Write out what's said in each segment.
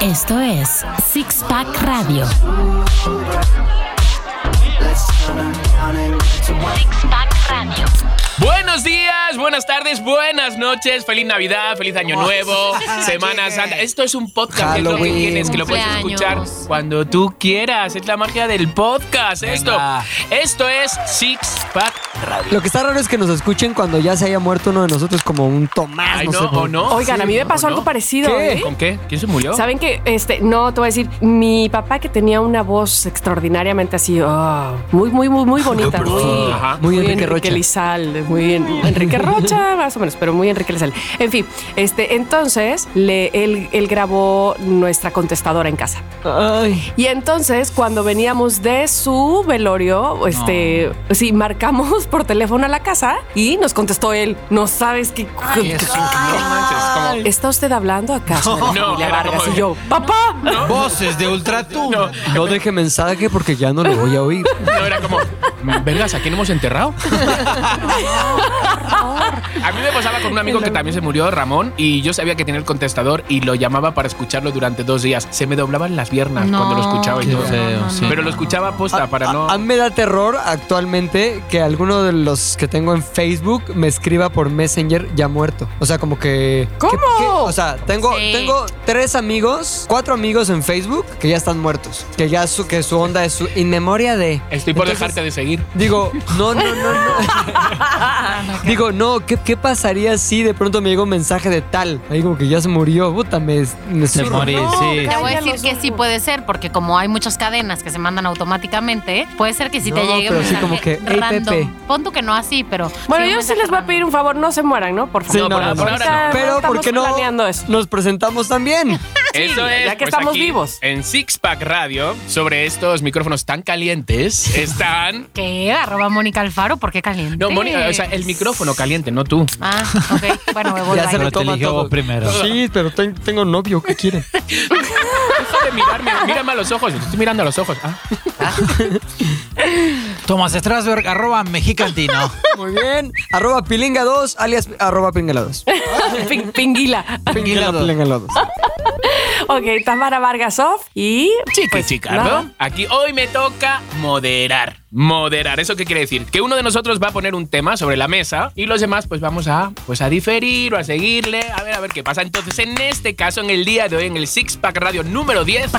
Esto es Six Pack Radio. Six Pack Radio. Buenos días, buenas tardes, buenas noches, feliz Navidad, feliz Año Nuevo, Semana Santa. Esto es un podcast, que es lo que Halloween. tienes, que lo puedes escuchar Cumpleaños. cuando tú quieras. Es la magia del podcast. Esto, Venga. esto es Six Pack Radio. Lo que está raro es que nos escuchen cuando ya se haya muerto uno de nosotros como un Tomás. Ay, no, no, sé, o no. Oigan, Sí, a mí me ¿no? pasó ¿O algo no? parecido. ¿Qué? ¿eh? ¿Con qué? ¿Quién se murió? ¿Saben que Este, no, te voy a decir, mi papá que tenía una voz extraordinariamente así, ah, muy, muy, muy, muy bonita. muy, Ajá. Muy Enrique Rocha. Lizalde, muy en- Enrique Rocha, más o menos, pero muy Enrique Lizalde. En fin, este, entonces le, él, él grabó nuestra contestadora en casa. Ay, Y entonces, cuando veníamos de su velorio, este, sí, marcamos por teléfono a la casa y nos contestó él. No sabes qué. Eso, no manches, como- ¿Está usted hablando acaso? de la No, familia era Vargas? como- Y yo, ¡papá! Voces de Ultratú. no, no deje mensaje porque ya no le voy a oír. no, era como, vergas, ¿a quién hemos enterrado? A mí me pasaba con un amigo que también se murió, Ramón, y yo sabía que tenía el contestador y lo llamaba para escucharlo durante dos días. Se me doblaban las piernas No. cuando lo escuchaba y Qué todo. feo, sí. Pero lo escuchaba posta para A- no. A, mí me da terror actualmente que alguno de los que tengo en Facebook me escriba por Messenger ya muerto. O sea, como que. ¿Cómo? ¿qué- qué? O sea, tengo, Sí. tengo tres amigos, cuatro amigos en Facebook que ya están muertos. Que ya su, que su onda es su inmemoria de. Estoy por Entonces, dejarte de seguir. Digo, no, no, no, no. Digo, no, ¿qué, qué pasaría si de pronto me llega un mensaje de tal? Ahí como que ya se murió, puta, me, me Se zurro. morí, sí. No, Te voy a Ay, ya decir los que sí ojos. puede ser, porque como hay muchas cadenas que se mandan automáticamente, puede ser que sí te No, llegue un pero sí mensaje como que, "Hey, random". Pepe. Pon tú que no así, pero... Bueno, sí, un yo sí mensaje les voy a pedir un favor, no se mueran, ¿no? Por Sí, favor. no, por no, ahora no. no. Pero estamos ¿por qué no planeando eso. nos presentamos también? Eso es. pues, ya que estamos vivos. En Six Pack Radio, sobre estos micrófonos tan calientes, están. random. ¿Qué? Arroba Mónica Alfaro, ¿por qué caliente? No, Mónica, o sea, el micrófono caliente, no tú. Ah, ok. Bueno, me voy Ya bye. se Pero lo te toman eligió todo. primero. Sí, pero ten- tengo novio, ¿qué quieren? Deja de mirarme, mírame a los ojos. Estoy mirando a los ojos. Ah. Tomás Strasberg, arroba mexicantino. Muy bien. Arroba pilinga 2, alias arroba pilinga 2. Pin- Pinguila. Pilinga dos. pilinga 2. ok, Tamara Vargasov y. Chica y pues, chica, nada. ¿no? Aquí hoy me toca moderar. Moderar, ¿eso qué quiere decir? Que uno de nosotros va a poner un tema sobre la mesa y los demás pues vamos a, pues a diferir o a seguirle, a ver, a ver qué pasa. Entonces, en este caso, en el día de hoy, en el Six Pack Radio número 10,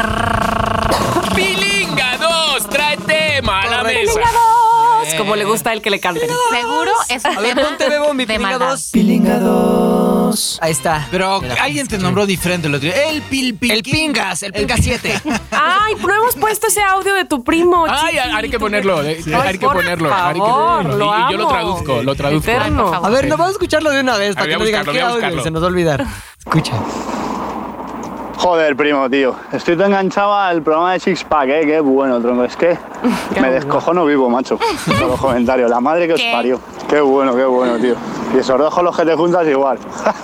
Pilinga 2 trae tema a la Correcto. mesa. Pilinga dos, Como le gusta el que le canten. Seguro es un A ver, tema ponte bebo mi de pilinga maldad. 2. Pilinga 2. Ahí está. Pero Mira, alguien te nombró diferente el otro día. El pil, Pil- El pingas, el pingas 7. Ay, no hemos puesto ese audio de tu primo. Ay, chiquito. hay que ponerlo, eh, Ay, hay que por ponerlo, hay que favor, ponerlo. lo Y- y yo lo amo. traduzco, lo traduzco. Eterno. Ay, por favor. A ver, no vamos a escucharlo de una vez Ah, para voy a que no digan buscarlo, qué voy a audio, buscarlo. se nos va a olvidar. Escucha. Joder, primo, tío. Estoy tan enganchado al programa de Six Pack, ¿eh? Qué bueno, tronco. Es que me descojono vivo, macho. Con los comentarios. La madre que os ¿Qué? parió. Qué bueno, qué bueno, tío. Y esos dos con los que te juntas igual.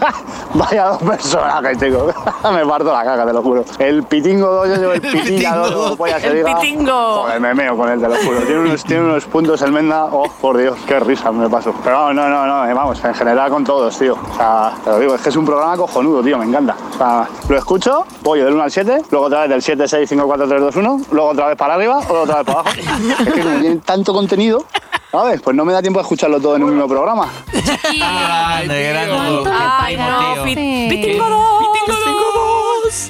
Vaya dos personajes, chico. me parto la caca, te lo juro. El pitingo 2, yo llevo el pitinga 2. como polla se El diga. pitingo. Joder, me meo con él, te lo juro. Tiene unos, tiene unos puntos el Menda. Oh, por Dios, qué risa me paso. Pero vamos, no, no, no. eh, Vamos, en general con todos, tío. O sea, te lo digo, es que es un programa cojonudo, tío. Me encanta. O sea, lo escucho, pollo del 1 al 7, luego otra vez del 7, 6, 5, 4, 3, 2, 1, luego otra vez para arriba, luego otra vez para abajo. Es que como tiene tanto contenido, ¿sabes? Pues no me da tiempo de escucharlo todo en un mismo programa. Y- Ay, de gran ¿Cuánto tu le Ay, primo, no, tío. Pit- Sí. Pitingo dos.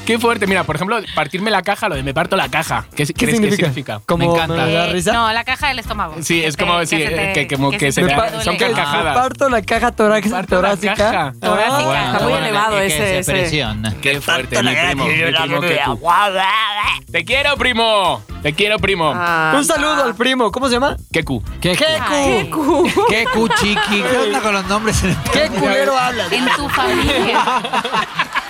Qué fuerte, mira, por ejemplo, partirme la caja, lo de me parto la caja. ¿Qué, crees que significa? Como Me encanta. me da Eh, risa. No, la caja del estómago. Sí, es como te- si- eh, se te- que- como que se te da- par- son duele. me carcajadas. parto la caja torax- parto la torácica. Ah, caja. Torácica. Está muy elevado que- que ese- se ese. presiona. Qué fuerte, mi primo. mi primo que tú. Te quiero, primo. Te quiero, primo. Ah, Un saludo al primo, ¿cómo se llama? Qué cu. ¿Qué, Ay, qué cuchiqui? ¿Qué onda con los nombres? ¿Qué culero hablas? En tu familia.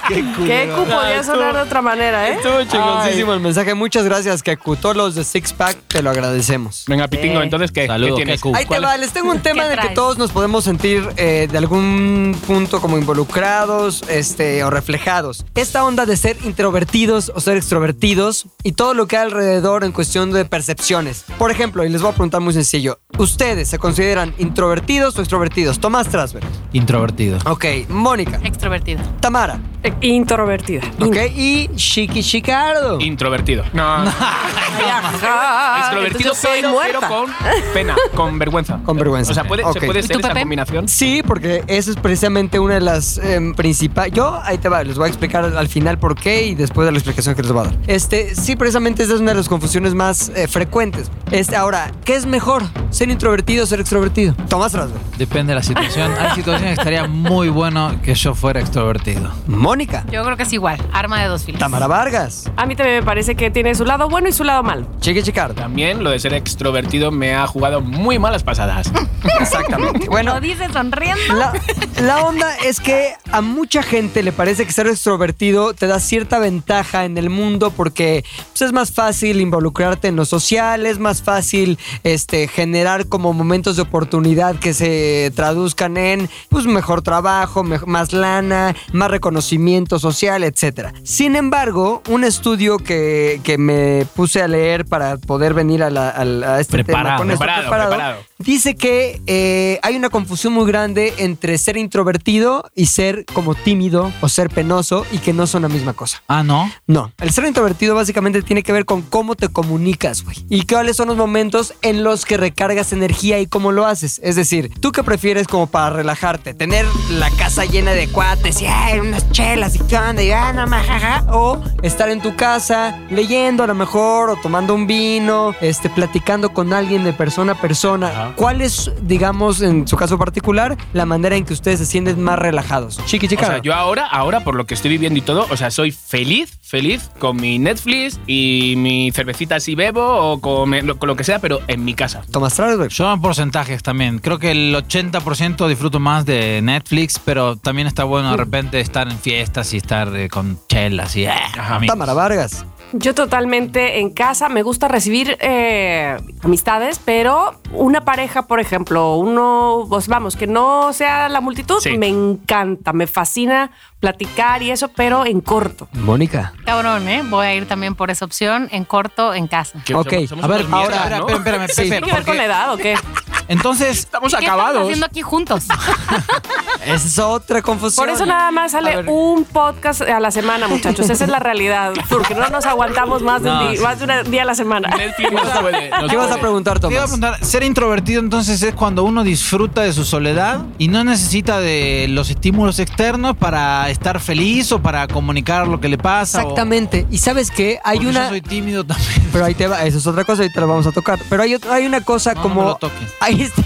Qué cu podía sonar de otra manera, ¿eh? Estuvo chingoncísimo el mensaje. Muchas gracias, Keku. Todos los de Six Pack te lo agradecemos. Venga, Pitingo, entonces, ¿qué, ¿qué Saludos, tienes? qué cu. Ahí te ¿Cuál- va, les tengo un tema ¿Qué en el que traes? todos nos podemos sentir eh, de algún punto como involucrados este, o reflejados. Esta onda de ser introvertidos o ser extrovertidos y todo lo que hay alrededor en cuestión de percepciones. Por ejemplo, y les voy a preguntar muy sencillo, ¿Ustedes se consideran introvertidos o extrovertidos? Tomás Trasberg. Introvertido. Ok, Mónica. Extrovertido. Tamara. Eh, Introvertida. Ok, y Chiqui Chicardo. Introvertido. No. Ajá. Extrovertido, ah, Entonces soy pero, pero muerta. con pena, con vergüenza. Con vergüenza. O sea, puede, Ok. se puede ¿Y tú, ser esa Pepe? combinación. Sí, porque esa es precisamente una de las principales. Yo, ahí te va, les voy a explicar al, al final por qué y después de la explicación que les voy a dar. Este, sí, precisamente esa es una de las confusiones más eh, frecuentes. Este, ahora, ¿qué es mejor? ¿Ser introvertido o ser extrovertido? Tomás Rasberg. Depende de la situación. Hay situaciones que estaría muy bueno que yo fuera extrovertido. Mónica. Yo creo que es igual. Arma de dos filos. Tamara Vargas. A mí también me parece que tiene su lado bueno y su lado malo. Cheque Chicardo. También lo de ser extrovertido me ha jugado muy malas pasadas. Exactamente. Lo Bueno. dice sonriendo. La, la onda es que a mucha gente le parece que ser extrovertido te da cierta ventaja en el mundo porque pues, es más fácil involucrarte en lo social, es más fácil este, generar como momentos de oportunidad que se traduzcan en pues, mejor trabajo, mej- más lana, más reconocimiento social, etc. Sin embargo, un estudio que, que me puse a leer para poder venir a, la- a la- a este tema Preparado, con esto preparado, preparado. Dice que eh, hay una confusión muy grande entre ser introvertido y ser como tímido o ser penoso y que no son la misma cosa. Ah, ¿no? No, el ser introvertido básicamente tiene que ver con cómo te comunicas, güey. Y cuáles son los momentos en los que recargas energía y cómo lo haces. Es decir, ¿tú qué prefieres como para relajarte? ¿Tener la casa llena de cuates y ay, unas chelas y qué onda? Y, ah, no, ma, ja, ja"? O estar en tu casa leyendo a lo mejor o tomando un vino, este, platicando con alguien de persona a persona. ¿Cuál es, digamos, en su caso particular, la manera en que ustedes se sienten más relajados? Chiqui, O chica. sea, yo ahora, ahora por lo que estoy viviendo y todo, o sea, soy feliz, feliz con mi Netflix y mi cervecita si bebo o con me- lo, con lo que sea, pero en mi casa. Tomás Travis, güey. Yo en porcentajes también. Creo que el 80% disfruto más de Netflix, pero también está bueno de repente estar en fiestas y estar eh, con chelas y... eh, amigos. Tamara Vargas. Yo totalmente en casa, me gusta recibir eh, amistades, pero una pareja, por ejemplo, uno, pues vamos, que no sea la multitud, Sí. me encanta, me fascina platicar y eso, pero en corto. Mónica. Cabrón, ¿eh? Voy a ir también por esa opción en corto, en casa. Que Ok, A ver, unos ahora, mierdas, ¿no? espera, espera, espérame, Sí. Pepe, ¿Tiene que ver con la porque edad o qué? entonces... Estamos ¿Qué estamos acabados. haciendo aquí juntos? Esa es otra confusión. Por eso nada más A sale ver. un podcast a la semana, muchachos. Esa es la realidad, porque no nos aguantamos más de, un No, di- sí, más de un día a la semana. Netflix nos puede- nos ¿Qué vas a puede. preguntar, Te iba a Tomás? preguntar, ser introvertido entonces es cuando uno disfruta de su soledad y no necesita de los estímulos externos para estar feliz o para comunicar lo que le pasa. o- Exactamente. Y sabes qué, hay porque una... Yo soy tímido también. Pero ahí te va, eso es otra cosa, ahorita la vamos a tocar. Pero hay, otra- hay una cosa No, no como... me lo toques. Ahí está.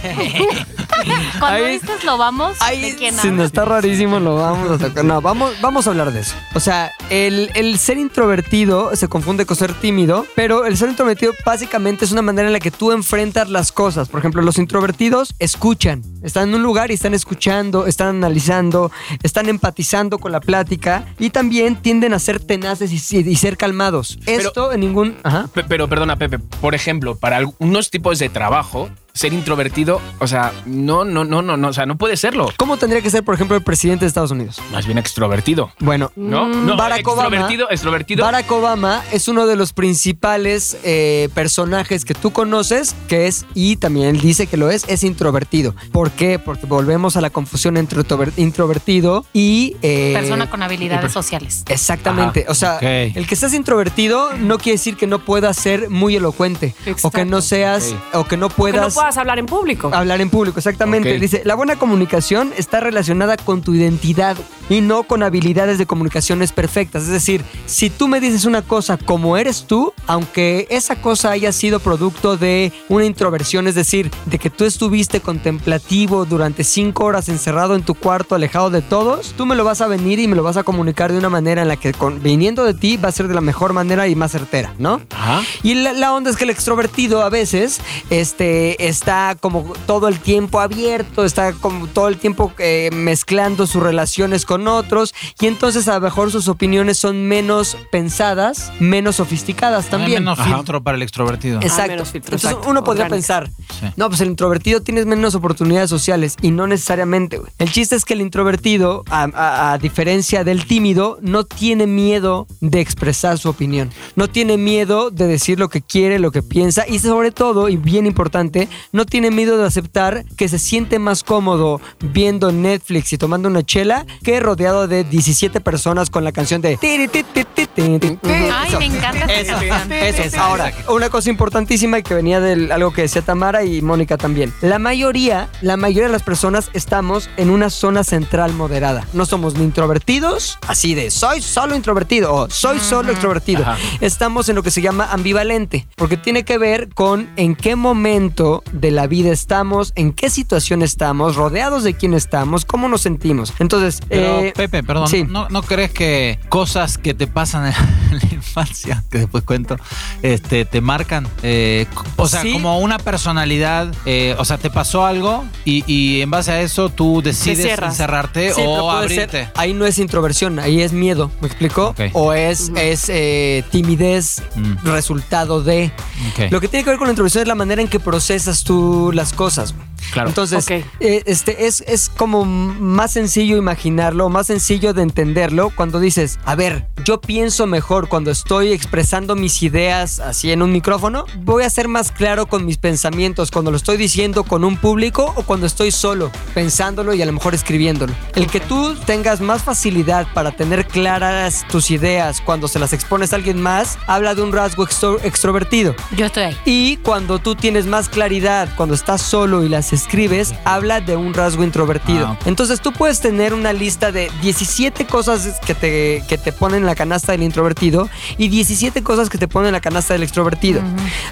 Cuando Ahí- dices lo vamos, Ahí ¿de quién si no hablas? está rarísimo, lo vamos a tocar. No, vamos, vamos a hablar de eso. O sea, el, el ser introvertido se confunde con ser tímido, pero el ser introvertido básicamente es una manera en la que tú enfrentas las cosas. Por ejemplo, los introvertidos escuchan, están en un lugar y están escuchando, están analizando, están empatizando con la plática y también tienden a ser tenaces y, y ser calmados. Pero- Esto en ningún... Ajá. Pe- Pero perdona, Pepe, por ejemplo, para algunos tipos de trabajo, ser introvertido, o sea, no, no, no, no, no, o sea, no puede serlo. ¿Cómo tendría que ser, por ejemplo, el presidente de Estados Unidos? Más bien extrovertido. Bueno, ¿No? no Mm, Barack Obama. extrovertido, extrovertido. Barack Obama es uno de los principales eh, personajes que tú conoces, que es, y también él dice que lo es, es introvertido. ¿Por qué? Porque volvemos a la confusión entre introver- introvertido y... eh, Persona con habilidades sociales. Exactamente. Ajá, o sea, ok. el que seas introvertido no quiere decir que no puedas ser muy elocuente. O que no Exacto. seas, o que no Que no puedas Ah, puedas hablar en público. Hablar en público, exactamente. Ok. Dice, la buena comunicación está relacionada con tu identidad y no con habilidades de comunicaciones perfectas. Es decir, si tú me dices una cosa como eres tú, aunque esa cosa haya sido producto de una introversión, es decir, de que tú estuviste contemplativo durante cinco horas encerrado en tu cuarto, alejado de todos, tú me lo vas a venir y me lo vas a comunicar de una manera en la que con- viniendo de ti va a ser de la mejor manera y más certera, ¿no? Ajá. Y la, la onda es que el extrovertido a veces este, está como todo el tiempo abierto, está como todo el tiempo eh, mezclando sus relaciones con con otros y entonces a lo mejor sus opiniones son menos pensadas, menos sofisticadas También. también. Ah, menos Ajá. filtro para el extrovertido. Exacto. Ah, menos filtro, Entonces exacto, uno podría orgánico. pensar, Sí. no, pues el introvertido tienes menos oportunidades sociales y no necesariamente, güey. El chiste es que el introvertido, a, a- a diferencia del tímido, no tiene miedo de expresar su opinión, no tiene miedo de decir lo que quiere, lo que piensa y sobre todo, y bien importante, no tiene miedo de aceptar que se siente más cómodo viendo Netflix y tomando una chela que rodeado de 17 personas con la canción de... tiri, ti, ti, ti, ti, ti, ti. Ay, me encanta esta Eso, canción. eso es. Ahora, una cosa importantísima que venía de algo que decía Tamara y Mónica también. La mayoría, la mayoría de las personas estamos en una zona central moderada. No somos ni introvertidos, así de soy solo introvertido o soy solo extrovertido. Estamos en lo que se llama ambivalente, porque tiene que ver con en qué momento de la vida estamos, en qué situación estamos, rodeados de quién estamos, cómo nos sentimos. Entonces, Pero, eh, Pepe, perdón, sí. ¿no, ¿no crees que cosas que te pasan en la infancia, que después cuento, este, te marcan? Eh, c- o sea, Sí. como una personalidad, eh, o sea, te pasó algo y, y en base a eso tú decides cierras. encerrarte Sí, pero o puede ser- abrirte. ahí no es introversión, ahí es miedo, ¿me explico? Ok. O es, es eh, timidez, Mm. resultado de. Ok. Lo que tiene que ver con la introversión es la manera en que procesas tú las cosas. güey. Claro. Entonces, Ok. eh, este, es, es como más sencillo imaginarlo, más sencillo de entenderlo cuando dices, a ver, yo pienso mejor cuando estoy expresando mis ideas así en un micrófono, voy a ser más claro con mis pensamientos cuando lo estoy diciendo con un público o cuando estoy solo, pensándolo y a lo mejor escribiéndolo. El que tú tengas más facilidad para tener claras tus ideas cuando se las expones a alguien más, habla de un rasgo extro- extrovertido. Yo estoy ahí. Y cuando tú tienes más claridad, cuando estás solo y las escribes, habla de un rasgo introvertido. Ah, ok. Entonces tú puedes tener una lista de 17 cosas que te, que te ponen en la canasta del introvertido y 17 cosas que te ponen en la canasta del extrovertido.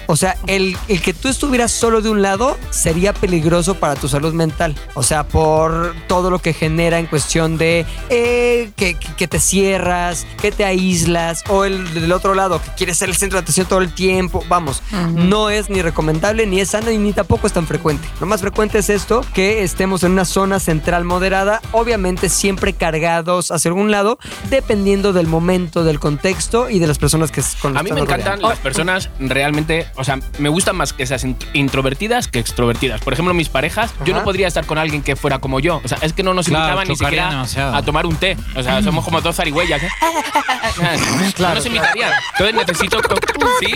O sea, el, el que tú estuvieras solo de un lado sería peligroso para tu salud mental. O sea, por todo lo que genera en cuestión de eh, que, que- que te cierras, que te aíslas, o el del otro lado, que quieres ser el centro de atención todo el tiempo. Vamos, no es ni recomendable, ni es sano y ni tampoco es tan frecuente. Lo más frecuente es esto, que estemos en una zona central moderada, obviamente siempre cargados hacia algún lado, dependiendo del momento, del contexto y de las personas que s- con las A mí que me nos encantan rodean. las personas realmente, o sea, me gustan más que seas int- introvertidas que extrovertidas. Por ejemplo, mis parejas, yo Ajá. no podría estar con alguien que fuera como yo. O sea, es que no nos Claro, invitaban ni chocarían siquiera demasiado. a tomar un té. O Mm. sea, somos como dos zarigüeyas. ¿eh? Ah, no nos invitarían. Entonces necesito. co- Sí,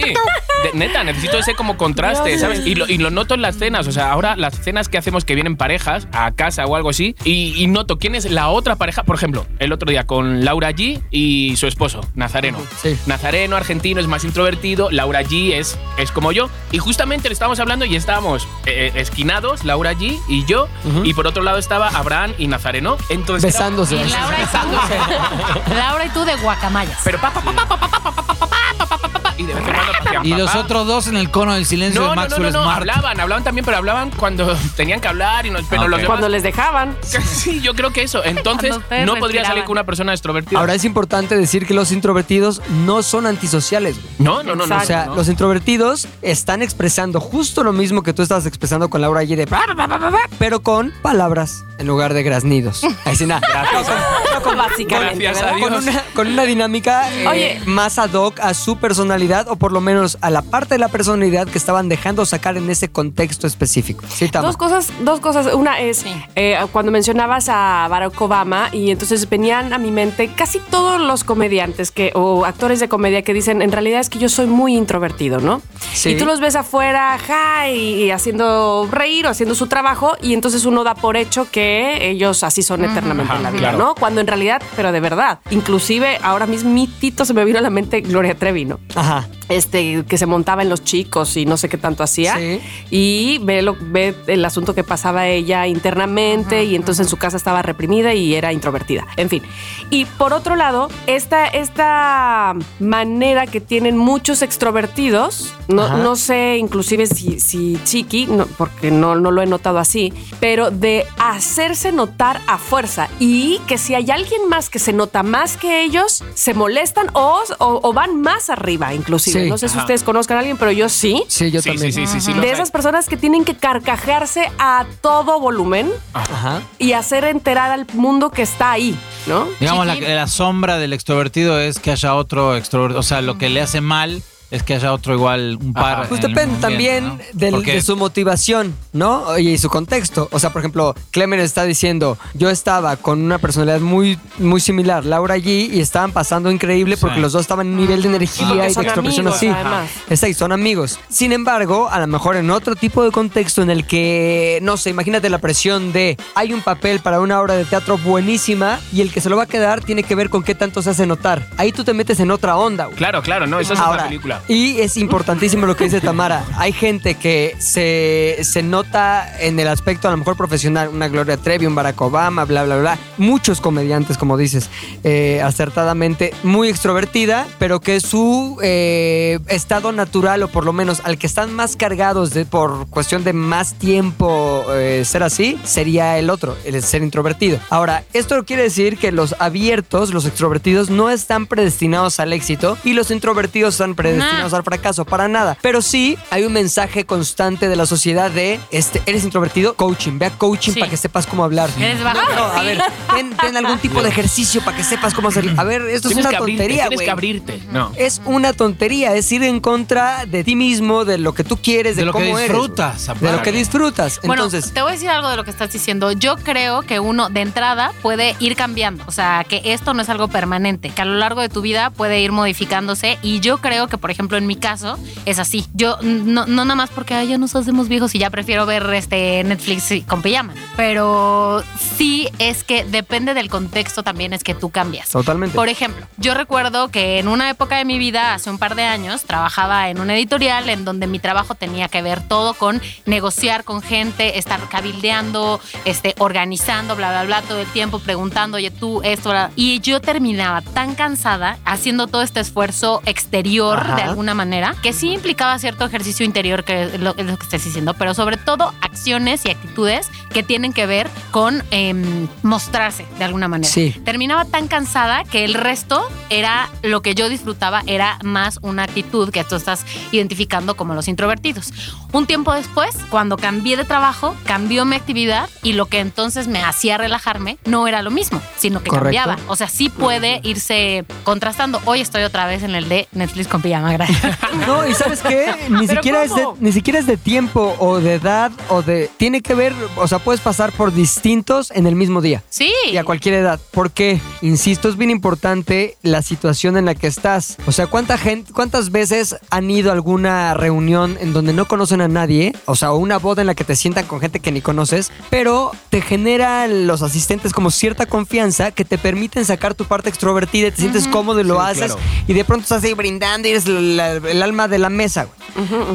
de- neta, necesito ese como contraste, ¿sabes? Y lo, y lo noto en las cenas. O sea, ahora las cenas que hacemos que vienen parejas a casa o algo así, y, y noto quién es la otra pareja. Por ejemplo, el otro día con Laura G y su esposo, Nazareno. Sí. Nazareno, argentino, es más introvertido. Laura G es, es como yo. Y justamente le estábamos hablando y estábamos eh, eh, esquinados, Laura G y yo. Y por otro lado estaba Abraham y Nazareno. Entonces. era- Besándose. Y Laura y tú. Laura y tú de guacamayas. pero pa, pa, pa, pa, pa, pa, pa, pa, pa, pa, pa, pa, pa, pa, pa, y de vez en cuando hacían Y pa, los pa. otros dos en el cono del silencio No, de no, no, Maxwell no, no, Smart. hablaban, hablaban también, pero hablaban cuando tenían que hablar y no, pero Ah, los ok. demás- Cuando les dejaban. Sí, yo creo que eso. Entonces, Cuando ustedes no podría respiraban. salir con una persona extrovertida. Ahora es importante decir que los introvertidos no son antisociales, güey. no, no, no, no. O sea, no. los introvertidos están expresando justo lo mismo que tú estabas expresando con Laura allí de "Bah, bah, bah, bah, bah", pero con palabras en lugar de graznidos. Ahí sí, nada. No, con- no, con- Básicamente, Gracias a ¿verdad? Dios. con una, con una dinámica eh, Oye. más ad hoc a su personalidad o por lo menos a la parte de la personalidad que estaban dejando sacar en ese contexto específico. Sí, Tama. Dos cosas, dos cosas. Una es Sí. eh, cuando mencionabas a Barack Obama y entonces venían a mi mente casi todos los comediantes que o actores de comedia que dicen en realidad es que yo soy muy introvertido, ¿no? Sí. Y tú los ves afuera, ja, y, y haciendo reír o haciendo su trabajo y entonces uno da por hecho que ellos así son eternamente Ajá, en la vida, claro. ¿no? Cuando en realidad, pero de verdad, inclusive ahora mismitito se me vino a la mente Gloria Trevi, ¿no? Ajá. este que se montaba en los chicos y no sé qué tanto hacía Sí. y ve lo ve el asunto que pasaba ella internamente y entonces en su casa estaba reprimida y era introvertida en fin y por otro lado esta esta manera que tienen muchos extrovertidos Ajá. no, no sé inclusive si, si chiqui no, porque no, no lo he notado así pero de hacerse notar a fuerza y que si hay alguien más que se nota más que ellos se molestan o, o- o van más arriba inclusive Sí. no sé si Ajá. ustedes conozcan a alguien pero yo sí Sí, yo Sí, también. sí, sí, sí, sí, los de hay. esas personas que tienen que carcajearse a todo volumen Ajá. y hacer enterar al mundo que está ahí. ¿no? Digamos, la, Chiquín. la sombra del extrovertido es que haya otro extrovertido. O sea, lo que le hace mal es que haya otro igual, un par. Ajá. en Pues el depende también ambiente, ¿no? del- Porque- de su motivación, ¿no? Y su contexto. O sea, por ejemplo, Clemen está diciendo, yo estaba con una personalidad muy, muy similar, Laura allí, y estaban pasando increíble porque Sí. los dos estaban en un nivel de energía porque y de son extroversión amigos, así. además. Exacto, son amigos. Sin embargo, a lo mejor en otro tipo de contexto en el que, no sé, imagínate la presión de hay un papel para una obra de teatro buenísima y el que se lo va a quedar tiene que ver con qué tanto se hace notar. Ahí tú te metes en otra onda, güey. Claro, claro, no, esa es Ahora, otra película. Y es importantísimo lo que dice Tamara. Hay gente que se, se nota en el aspecto a lo mejor profesional, una Gloria Trevi, un Barack Obama, bla, bla, bla. Muchos comediantes, como dices, eh, acertadamente, muy extrovertida, pero que su eh, estado natural, o por lo menos al que están más cargados de, por cuestión de más tiempo eh, ser así, sería el otro, el ser introvertido. Ahora, esto quiere decir que los abiertos, los extrovertidos, no están predestinados al éxito y los introvertidos están predestinados al fracaso, para nada. Pero sí hay un mensaje constante de la sociedad de, este, eres introvertido, coaching, ve a coaching Sí. para que sepas cómo hablar. Eres bajo No, no, a perfil. ver, ten, ten algún tipo de ejercicio para que sepas cómo hacerlo. A ver, esto es Tienes una que abrirte, tontería, Tienes güey. que abrirte. No. Es una tontería, es ir en contra de ti mismo, de lo que tú quieres, de, De lo que cómo eres, disfrutas, güey. de lo aparte. que disfrutas. Bueno, Entonces, te voy a decir algo de lo que estás diciendo. Yo creo que uno de entrada puede ir cambiando, o sea, que esto no es algo permanente, que a lo largo de tu vida puede ir modificándose y yo creo que, por ejemplo, en mi caso es así. Yo no, no nada más porque "Ay, ya nos hacemos viejos y ya prefiero ver este Netflix y- con pijama, pero sí es que depende del contexto también es que tú cambias. totalmente. Por ejemplo, yo recuerdo que en una época de mi vida, hace un par de años, trabajaba en una editorial en donde mi trabajo tenía que ver todo con negociar con gente, estar cabildeando, este, organizando, bla, bla, bla, todo el tiempo, preguntando, oye, tú, esto, bla. Y yo terminaba tan cansada haciendo todo este esfuerzo exterior Ajá. de alguna manera, que sí implicaba cierto ejercicio interior, que es lo, es lo que estás diciendo, pero sobre todo acciones y actitudes que tienen que ver con em, mostrarse de alguna manera Sí. terminaba tan cansada que el resto era lo que yo disfrutaba, era más una actitud que tú estás identificando como los introvertidos. Un tiempo después, cuando cambié de trabajo, cambió mi actividad y lo que entonces me hacía relajarme no era lo mismo, sino que Correcto. cambiaba. O sea, sí puede irse contrastando. Hoy estoy otra vez en el de Netflix con pijama, gracias. No, y ¿sabes qué? Ni ¿Pero siquiera, es de, cómo? ni siquiera es de tiempo o de edad o de... Tiene que ver, o sea, puedes pasar por distintos en el mismo día. Sí. Y a cualquier edad. Porque, insisto, es bien importante la situación en la que estás. O sea, ¿cuánta gente, cuántas veces han ido a alguna reunión en donde no conocen a nadie? O sea, o una boda en la que te sientan con gente que ni conoces, pero te generan los asistentes como cierta confianza que te permiten sacar tu parte extrovertida, y te sientes cómodo y lo haces. Y de pronto estás ahí brindando y eres la- la- el alma de la mesa,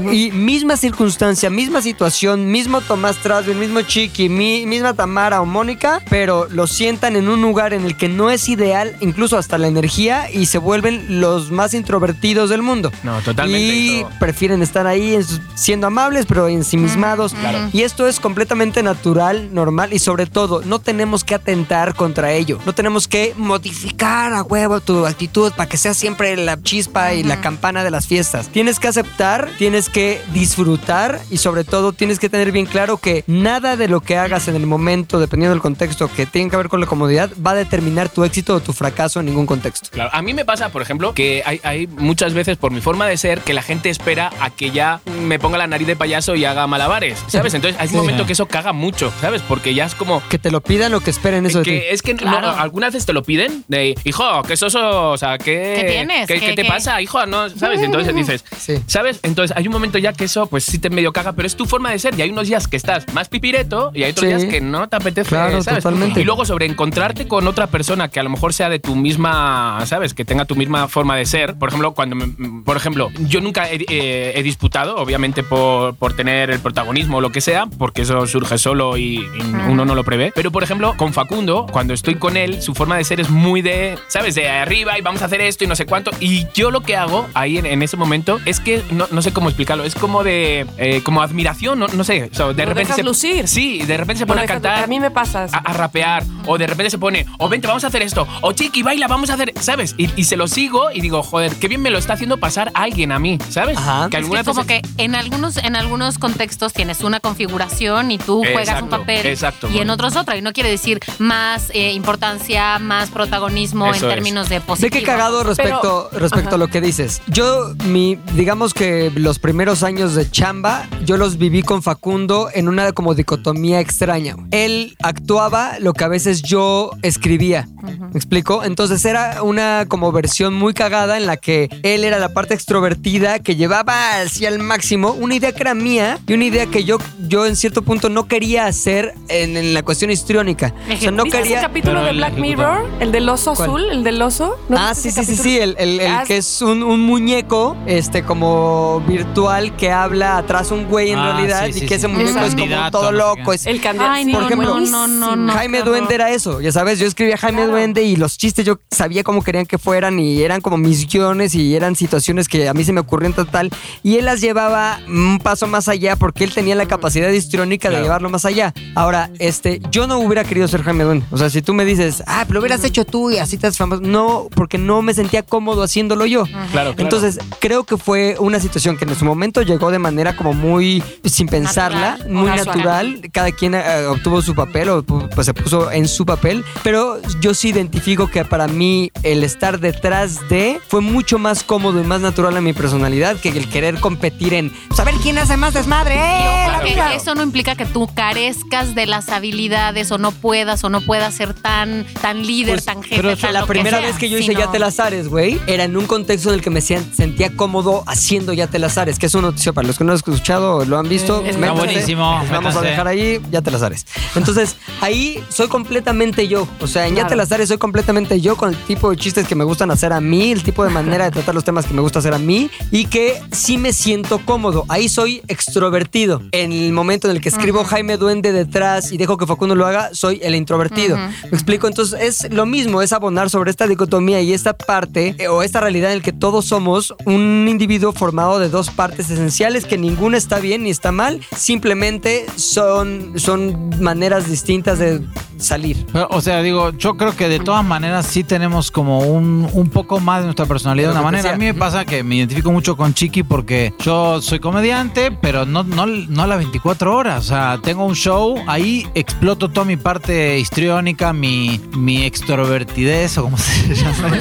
güey. Y misma circunstancia, misma situación, mismo Tomás Trasby, mismo Chiqui, mi- misma Tamara o Mónica, pero lo sientan en un lugar en el que no es ideal, incluso hasta la energía, y se vuelven los más introvertidos del mundo. No, totalmente, Y eso. prefieren estar ahí en sus- siendo amables, pero ensimismados. Y esto es completamente natural, normal, y sobre todo, no tenemos que atentar contra ello. No tenemos que modificar a huevo tu actitud para que sea siempre la chispa y la campana de las fiestas. Tienes que aceptar, tienes que disfrutar y sobre todo tienes que tener bien claro que nada de lo que hagas en el momento, dependiendo del contexto que tiene que ver con la comodidad, va a determinar tu éxito o tu fracaso en ningún contexto. Claro, a mí me pasa, por ejemplo, que hay, hay muchas veces, por mi forma de ser, que la gente espera a que ya me ponga la nariz de payaso y haga malabares, ¿sabes? Entonces, hay un Sí. momento que eso caga mucho, ¿sabes? Porque ya es como... Que te lo pidan o que esperen eso que de ti. es que no, Claro. algunas veces te lo piden de hijo qué soso o sea qué ¿Qué tienes? qué, ¿Qué- qué te qué? Uh. pasa hijo no sabes entonces dices Sí. sabes entonces hay un momento ya que eso pues sí te medio caga pero es tu forma de ser y hay unos días que estás más pipireto y hay otros Sí. días que no te apetece Claro, ¿sabes? totalmente. y luego sobre encontrarte con otra persona que a lo mejor sea de tu misma sabes que tenga tu misma forma de ser por ejemplo cuando me- por ejemplo yo nunca he, eh, he disputado obviamente por, por tener el protagonismo o lo que sea porque eso surge solo y, y uno no lo prevé pero por ejemplo con Facundo cuando estoy con él su forma de ser es muy de sabes de arriba y vamos a hacer esto y no sé cuánto y yo lo que hago ahí en, en ese momento es que no, no sé cómo explicarlo es como de eh, como admiración no, no sé o sea, de Lo repente dejas se- lucir. sí de repente se Bueno, pone a déjate- cantar Ah, A mí me pasa eso. a, a rapear o de repente se pone o vente vamos a hacer esto o chiqui baila vamos a hacer ¿sabes? Y, y se lo sigo y digo joder qué bien me lo está haciendo pasar alguien a mí ¿sabes? Ajá. Es que algunas como veces- que en algunos en algunos contextos tienes una configuración y tú juegas un Exacto, papel exacto, y en Moni. otros otra. Y no quiere decir más eh, importancia, más protagonismo Eso en es. términos de Sé positivo. que he cagado respecto, respecto a lo que dices. Yo, mi, digamos que los primeros años de chamba, yo los viví con Facundo en una como dicotomía extraña. Él actuaba lo que a veces yo escribía. ¿Me explico? Entonces era una como versión muy cagada en la que él era la parte extrovertida que llevaba hacia el máximo una idea que era mía y una idea que yo, yo en cierto punto no quería hacer en, en la cuestión histriónica. O sea, no ¿Viste ese quería... capítulo Pero de el Black ejecutado. Mirror? ¿El del oso ¿Cuál? azul? ¿El del oso? ¿No ah, viste sí, ese sí, sí, capítulo? sí, el, el- el Ah, que es un, un muñeco, este, como virtual, que habla atrás un güey en Ah, realidad sí, sí, y que sí. ese muñeco es como Candidato, todo no sé loco. qué. es- El candidato. Ay, no, Por ejemplo, no, no, no, no, Jaime qué Duende horror. era eso, ya sabes, yo escribía Jaime Claro. Duende y los chistes yo sabía cómo querían que fueran y eran como mis guiones y eran situaciones que a mí se me ocurrían tal tal y él las llevaba un paso más allá porque él tenía la capacidad histriónica de Claro. llevarlo más allá. Ahora, este, yo no hubiera querido ser Jaime Duende, o sea, si tú me dices, "Ah, pero lo hubieras hecho tú y así te haces famoso", no, porque no me sentía cómodo haciéndolo yo. Claro, claro. Entonces, creo que fue una situación que en su momento llegó de manera como muy sin pensarla, Natural, muy casual. natural. Cada quien eh, obtuvo su papel o pu- pues, se puso en su papel. Pero yo sí identifico que para mí el estar detrás de fue mucho más cómodo y más natural a mi personalidad que el querer competir en saber quién hace más desmadre. ¡Eh, la Porque vida! Eso no implica que tú carezcas de las habilidades o no puedas o no puedas ser tan, tan líder, Pues, tan jefe. pero tan La lo que primera sea, vez que yo hice sino- Ya te las ares, güey, era en un contexto en el que me sen- sentía cómodo haciendo Ya te las ares, que es una noticia para los que no lo han escuchado o lo han visto. Está métanse. buenísimo, Vamos a métanse. dejar ahí Ya te las ares. Entonces, ahí soy completamente yo. O sea, en Ya Claro. te las ares soy completamente yo con el tipo de chistes que me gustan hacer a mí, el tipo de manera de tratar los temas que me gusta hacer a mí y que sí me siento cómodo. Ahí soy extrovertido. En el momento en el que escribo Jaime Duende detrás y dejo que Facundo lo haga, soy el introvertido. ¿Me explico? Entonces es lo mismo, es abonar sobre esta dicotomía y esta parte eh, o esta realidad en el que todos somos un individuo formado de dos partes esenciales que ninguna está bien ni está mal, simplemente son, son maneras distintas de salir. Pero, O sea, digo, yo creo que de todas maneras sí tenemos como un, un poco más de nuestra personalidad de Pero una lo que sea. manera. A mí me pasa que me identifico mucho con Chiqui porque yo soy comediante, pero no, no, no las 24 horas. O sea, tengo un show, ahí exploto toda mi parte histriónica, mi, mi extrovertidez o como se llama.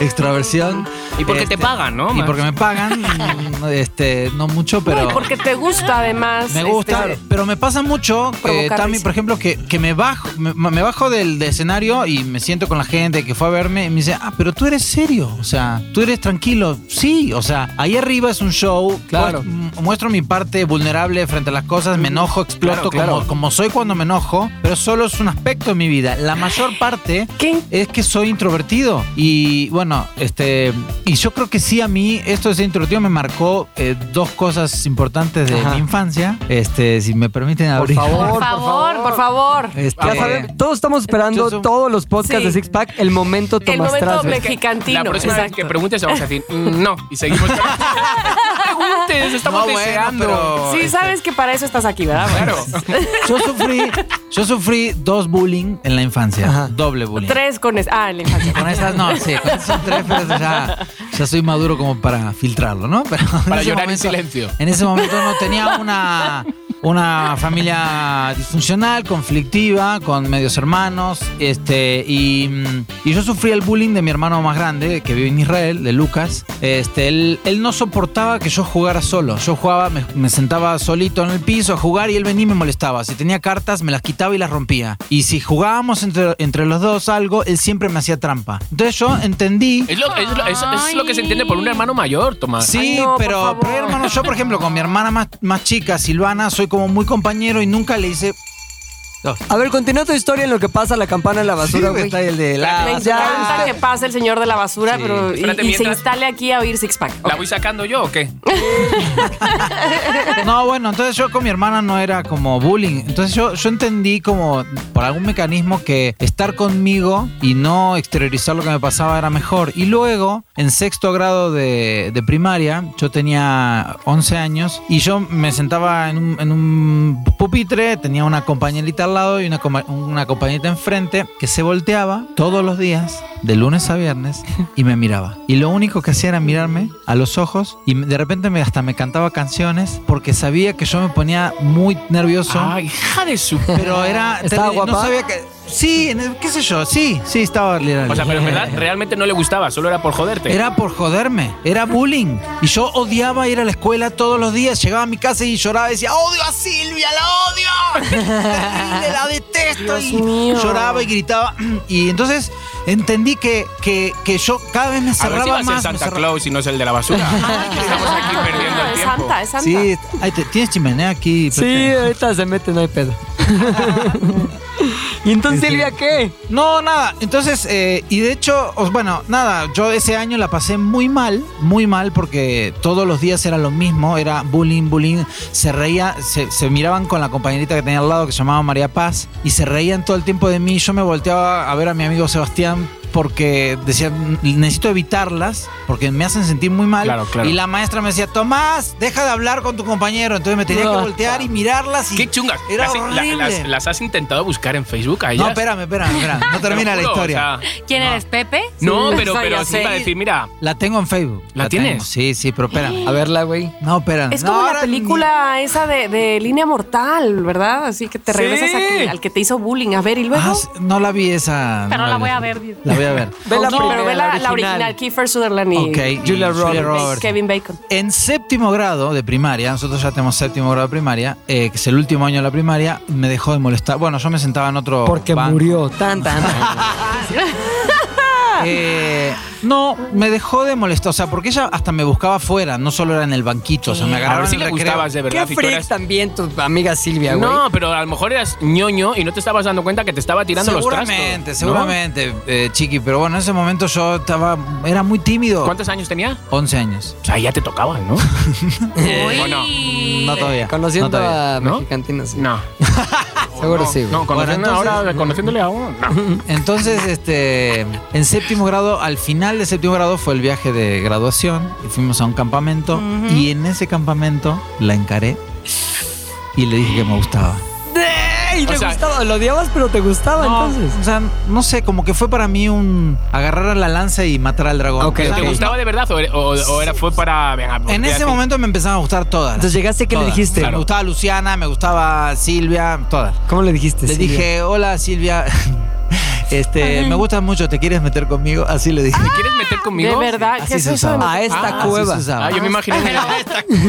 Extroversión. Y porque te Este, pagan, ¿no? Y Max? porque me pagan, mm, este, no mucho, pero... No, y porque te gusta además. Me gusta, este, pero me pasa mucho, eh, Provocar Tami, risa. por ejemplo, que, que me bajo, me, me bajo del, del escenario y me siento con la gente que fue a verme y me dice, ah, pero tú eres serio, o sea, tú eres tranquilo. Sí, o sea, ahí arriba es un show, Claro. muest- muestro mi parte vulnerable frente a las cosas, me enojo, Claro, exploto claro. Como, como soy cuando me enojo, pero solo es un aspecto de mi vida. La mayor parte ¿Qué? es que soy introvertido y bueno, este, y yo creo que sí a mí esto de ser introvertido me marcó eh, dos cosas importantes de Ajá. mi infancia, este, si me permiten abrir. Por favor, Por favor. Este, Ya saben, todos estamos esperando Entonces, todos los podcasts sí. de Six Pack, el momento El Tomás momento Tras, güey. mexicantino. La próxima vez exacto. que preguntes vamos a decir "Mm, no y seguimos. con- Preguntes, estamos No, bueno, deseando. pero- Sí, sabes que para eso estás aquí, ¿verdad? Claro. yo sufrí, yo sufrí dos bullying en la infancia, Ajá. doble bullying. Tres con es- Ah, en la infancia. Con estas no, sí, con esas son tres, pero ya, ya soy maduro como para filtrarlo, ¿no? Pero en Para ese llorar en silencio. En ese momento no tenía una, una familia disfuncional, conflictiva, con medios hermanos, este, y, mm, y yo sufrí el bullying de mi hermano más grande, que vive en Israel, de Lucas. Este, él, él no soportaba que yo jugara solo. Yo jugaba, me, me sentaba solito en el piso a jugar y él venía y me molestaba. Si tenía cartas, me las quitaba y las rompía. Y si jugábamos entre, entre los dos algo, él siempre me hacía trampa. Entonces yo entendí Es lo, es, lo, es- es lo que se entiende por un hermano mayor, Tomás. Sí, Ah, Ay, no, por pero, favor. pero, hermano, yo por ejemplo con mi hermana más, más chica, Silvana, soy como muy compañero y nunca le hice... A ver, continúa tu historia en lo que pasa la campana en la basura, güey. está el de la- Me Ya, encanta este- que pase el señor de la basura Sí. pero, y, Espérate, y se mientras- instale aquí a oír Six Pack. ¿La voy sacando yo o qué? No, bueno, entonces yo con mi hermana no era como bullying. Entonces yo, yo entendí como por algún mecanismo que estar conmigo y no exteriorizar lo que me pasaba era mejor. Y luego, en sexto grado de, de primaria, yo tenía 11 años y yo me sentaba en un, en un pupitre, tenía una compañerita al al lado y una, coma- una compañerita enfrente que se volteaba todos los días, de lunes a viernes, y me miraba. Y lo único que hacía era mirarme a los ojos y de repente me, hasta me cantaba canciones porque sabía que yo me ponía muy nervioso. Ay, hija de su. Pero era. ¿Estaba no guapa? sabía que. Sí, en el- qué sé yo, sí, sí, estaba O sea, pero en verdad realmente no le gustaba, solo era por joderte. Era por joderme, era bullying. Y yo odiaba ir a la escuela todos los días. Llegaba a mi casa y lloraba y decía, odio a Silvia, la odio. Terrible, la detesto. Dios y mío. lloraba y gritaba. Y entonces entendí que, que, que yo cada vez a me ver si va a cerraba ser más. me Santa cerraba- Claus y no es el de la basura. Estamos aquí perdiendo el es tiempo. santa, es santa. Sí, ahí te- tienes chimenea aquí. Sí, Pepe? ahorita se mete, no hay pedo. ¿Y entonces Silvia qué? No, nada. Entonces, eh, y de hecho, os- bueno, nada, yo ese año la pasé muy mal, muy mal, porque todos los días era lo mismo, era bullying, bullying. Se reía, se, se miraban con la compañerita que tenía al lado que se llamaba María Paz y se reían todo el tiempo de mí. Yo me volteaba a ver a mi amigo Sebastián porque decía, necesito evitarlas porque me hacen sentir muy mal. Claro, claro. Y la maestra me decía, Tomás, deja de hablar con tu compañero. Entonces me tenía que No. voltear y mirarlas. Y Qué chungas. Era Las, la- horrible. las- las has intentado buscar en Facebook a ellas? no, espérame, espérame, espérame. No Te lo termina la juro, historia. o sea, ¿Quién eres, Pepe? no, Sí, pero, esa pero ya sí sé. iba a decir, mira, La tengo en Facebook. ¿La tienes? tengo. Sí, sí, pero espera. A verla, güey. No, espera. Es No, como ahora la película esa de, de Línea Mortal, ¿verdad? Así que te Sí. regresas a que- al que te hizo bullying. A ver, y ni- luego. Ah, sí, no la vi esa. Pero no la voy vi. a ver. La voy a ver. Ve la no, primera, pero ve la, la original. Kiefer Sutherland y Ok. y Julia Roberts. Kevin Bacon. En séptimo grado de primaria, nosotros ya tenemos séptimo grado de primaria, eh, que es el último año de la primaria, me dejó de molestar. Bueno, yo me sentaba en otro. Porque banco. murió. Tan, tan. Eh, no, me dejó de molestar. O sea, porque ella hasta me buscaba afuera, no solo era en el banquito. O sea, me a agarraba ver si en le el recreo. gustabas de qué verdad. si tú freak eras- también tu amiga Silvia, güey. No, pero a lo mejor eras ñoño y no te estabas dando cuenta que te estaba tirando los trastos. Seguramente, ¿no? seguramente, eh, Chiqui. Pero bueno, en ese momento yo estaba. Era muy tímido. ¿Cuántos años tenía? 11 años. O sea, ya te tocaban, ¿no? ¿O no? Uy. No todavía. Conociendo no todavía. a ¿No? mexicantinos. sí. No. Seguro No, sí, güey. No, conociendo Bueno, entonces- ahora, conociéndole ahora. No. Entonces, este, en séptimo grado, al final de séptimo grado fue el viaje de graduación y fuimos a un campamento y en ese campamento la encaré y le dije que me gustaba. Y te O sea- gustaba, lo odiabas, pero te gustaba No, entonces. o sea, no sé, como que fue para mí un agarrar a la lanza y matar al dragón. Ok, O sea, ¿Te ok. gustaba de verdad o, o- o era fue para... venga, En ese olvídate? momento me empezaron a gustar todas. Entonces llegaste, ¿qué le Todas. dijiste? Me gustaba Luciana, me gustaba Silvia, todas. ¿Cómo le dijiste? Le Silvia? dije, hola Silvia, este, me gustas mucho, ¿te quieres meter conmigo? Así le dije. ¿Te quieres meter De conmigo? verdad, Así ¿qué es se eso? usaba. a esta Ah, cueva. Así se usaba. Ah, yo me imagino... Pero,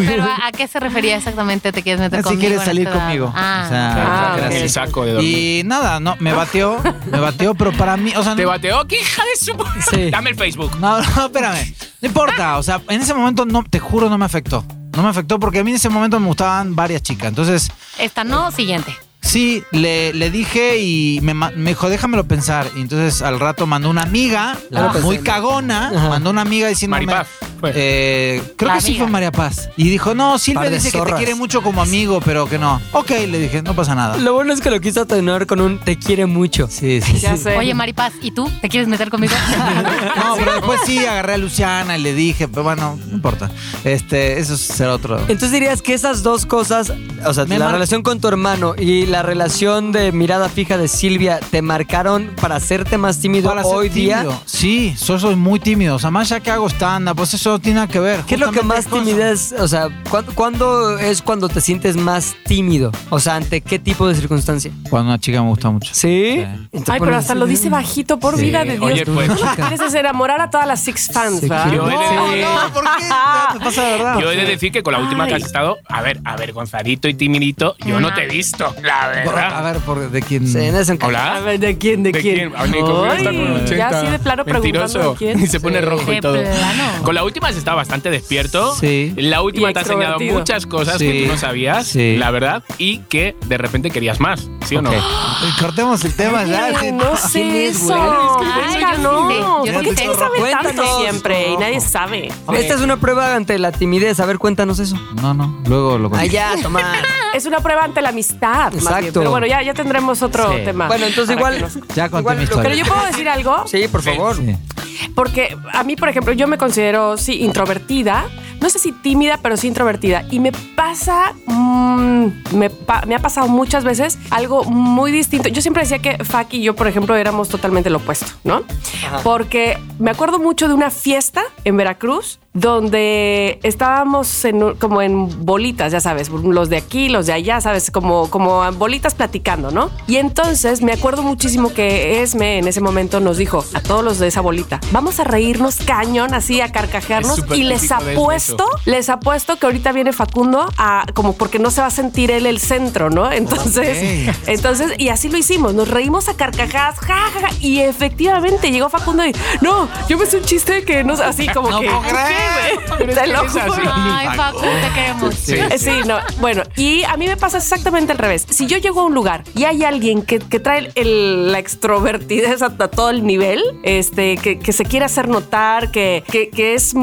pero ¿a, a qué se refería exactamente? ¿Te quieres Ah, meter Si conmigo? quieres en salir esta edad? conmigo. Ah, O sea, Ah, Era ok. el saco de dormir. Y nada, no, me bateó, me bateó, pero para mí, o sea, ¿Te no, bateó? ¿Qué hija de su... Sí. Dame el Facebook. no, no, espérame, no importa, o sea, en ese momento no, te juro, no me afectó, no me afectó porque a mí en ese momento me gustaban varias chicas, entonces esta no, siguiente. sí, le, le dije y me, ma- me dijo, déjamelo pensar, y entonces al rato mandó una amiga, Claro, pues, muy en- cagona, Ajá. mandó una amiga diciéndome, Maripaz, fue. eh, creo La que sí amiga. fue María Paz, y dijo, no, Silvia Par de dice que te zorras. quiere mucho como amigo, pero que no, ok, le dije, no pasa nada. Lo bueno es que lo quiso atenuar con un te quiere mucho. Sí, sí, Ya sé. Oye, Maripaz, ¿y tú? ¿Te quieres meter conmigo? No, pero después sí agarré a Luciana y le dije, pero bueno, no importa. Este, eso será otro. Entonces dirías que esas dos cosas, o sea, Me la mar- relación con tu hermano y la relación de mirada fija de Silvia te marcaron para hacerte más tímido Para ser hoy tímido. día. Sí, yo soy muy tímido. O sea, más ya que hago stand-up, pues eso no tiene nada que ver. ¿Qué es lo que más Justamente es timidez, o sea, ¿cuándo, cuándo es cuando te sientes más tímido? O sea, ¿ante qué tipo de circunstancia? cosa. Cuando una chica me gusta mucho. ¿Sí? Ay, pero hasta lo dice bajito, por Sí. vida de Dios. Oye, pues. ¿Cómo la quieres hacer enamorar a todas las Six fans, Sí, ¿verdad? Yo No, he de- Ah. no, ¿por qué? No, te pasa de verdad. Yo he de decir que con la última que has Ay. estado, a ver, avergonzadito y timidito, yo no te he visto, la Por- verdad. a ver, por, ¿de quién? A Hola. ver, ¿de quién? ¿De, ¿De quién? quién? Ay, Nico, ¿cómo está Ay, con un ya 80? así de plano preguntando Mentiroso. de quién. Y se pone rojo y De todo. plano. Con la última has estado bastante despierto. Sí. La última Y te ha enseñado extrovertido. muchas cosas Sí. que tú no sabías, Sí. la verdad, y que de repente querías más, ¿sí o no? Ok. pues, Cortemos el tema ya. Ay, sí. no sé es, eso. güey? Ay, Ay, yo sí sé, no. yo ¿Por sí qué sé. te sabe tanto Cuéntanos. siempre? Y nadie sabe. Esta es una prueba ante la timidez. A ver, cuéntanos eso. No, no, luego lo conté. Allá, Tomás. Es una prueba ante la amistad. más bien. Exacto. Pero bueno, ya, ya tendremos otro Sí. tema. Bueno, entonces para que igual. nos- Ya conté igual mi lo- historia. Pero yo puedo decir algo. Sí, por favor. Sí. Porque a mí, por ejemplo, yo me considero, sí, introvertida, no sé si tímida, pero sí introvertida. Y me pasa, mm, me, pa- me ha pasado muchas veces algo muy distinto. Yo siempre decía que Faki y yo, por ejemplo, éramos totalmente lo opuesto, ¿no? Porque me acuerdo mucho de una fiesta en Veracruz donde estábamos en un- como en bolitas, ya sabes, los de aquí, los de allá, sabes, como, como bolitas platicando, ¿no? Y entonces me acuerdo muchísimo que Esme en ese momento nos dijo a todos los de esa bolita, vamos a reírnos cañón, así a Es carcajearnos súper y les típico de Esme apuesto, les apuesto que ahorita viene Facundo a como porque no se va a sentir él el centro, ¿no? Entonces, Ok. entonces, y así lo hicimos, nos reímos a carcajadas, ja, ja, ja, y efectivamente llegó Facundo y, no, yo me hice un chiste que no, así como No que... puedo creer. "¿Qué, güey?". Te lo Es así. juro. Ay, Facu, te queremos. Sí. Eh, Sí, no. Bueno, y a mí me pasa exactamente al revés. Si yo llego a un lugar y hay alguien que, que trae el- la extrovertidez hasta todo el nivel, este, que, que se quiere hacer notar, que, que- que es mm,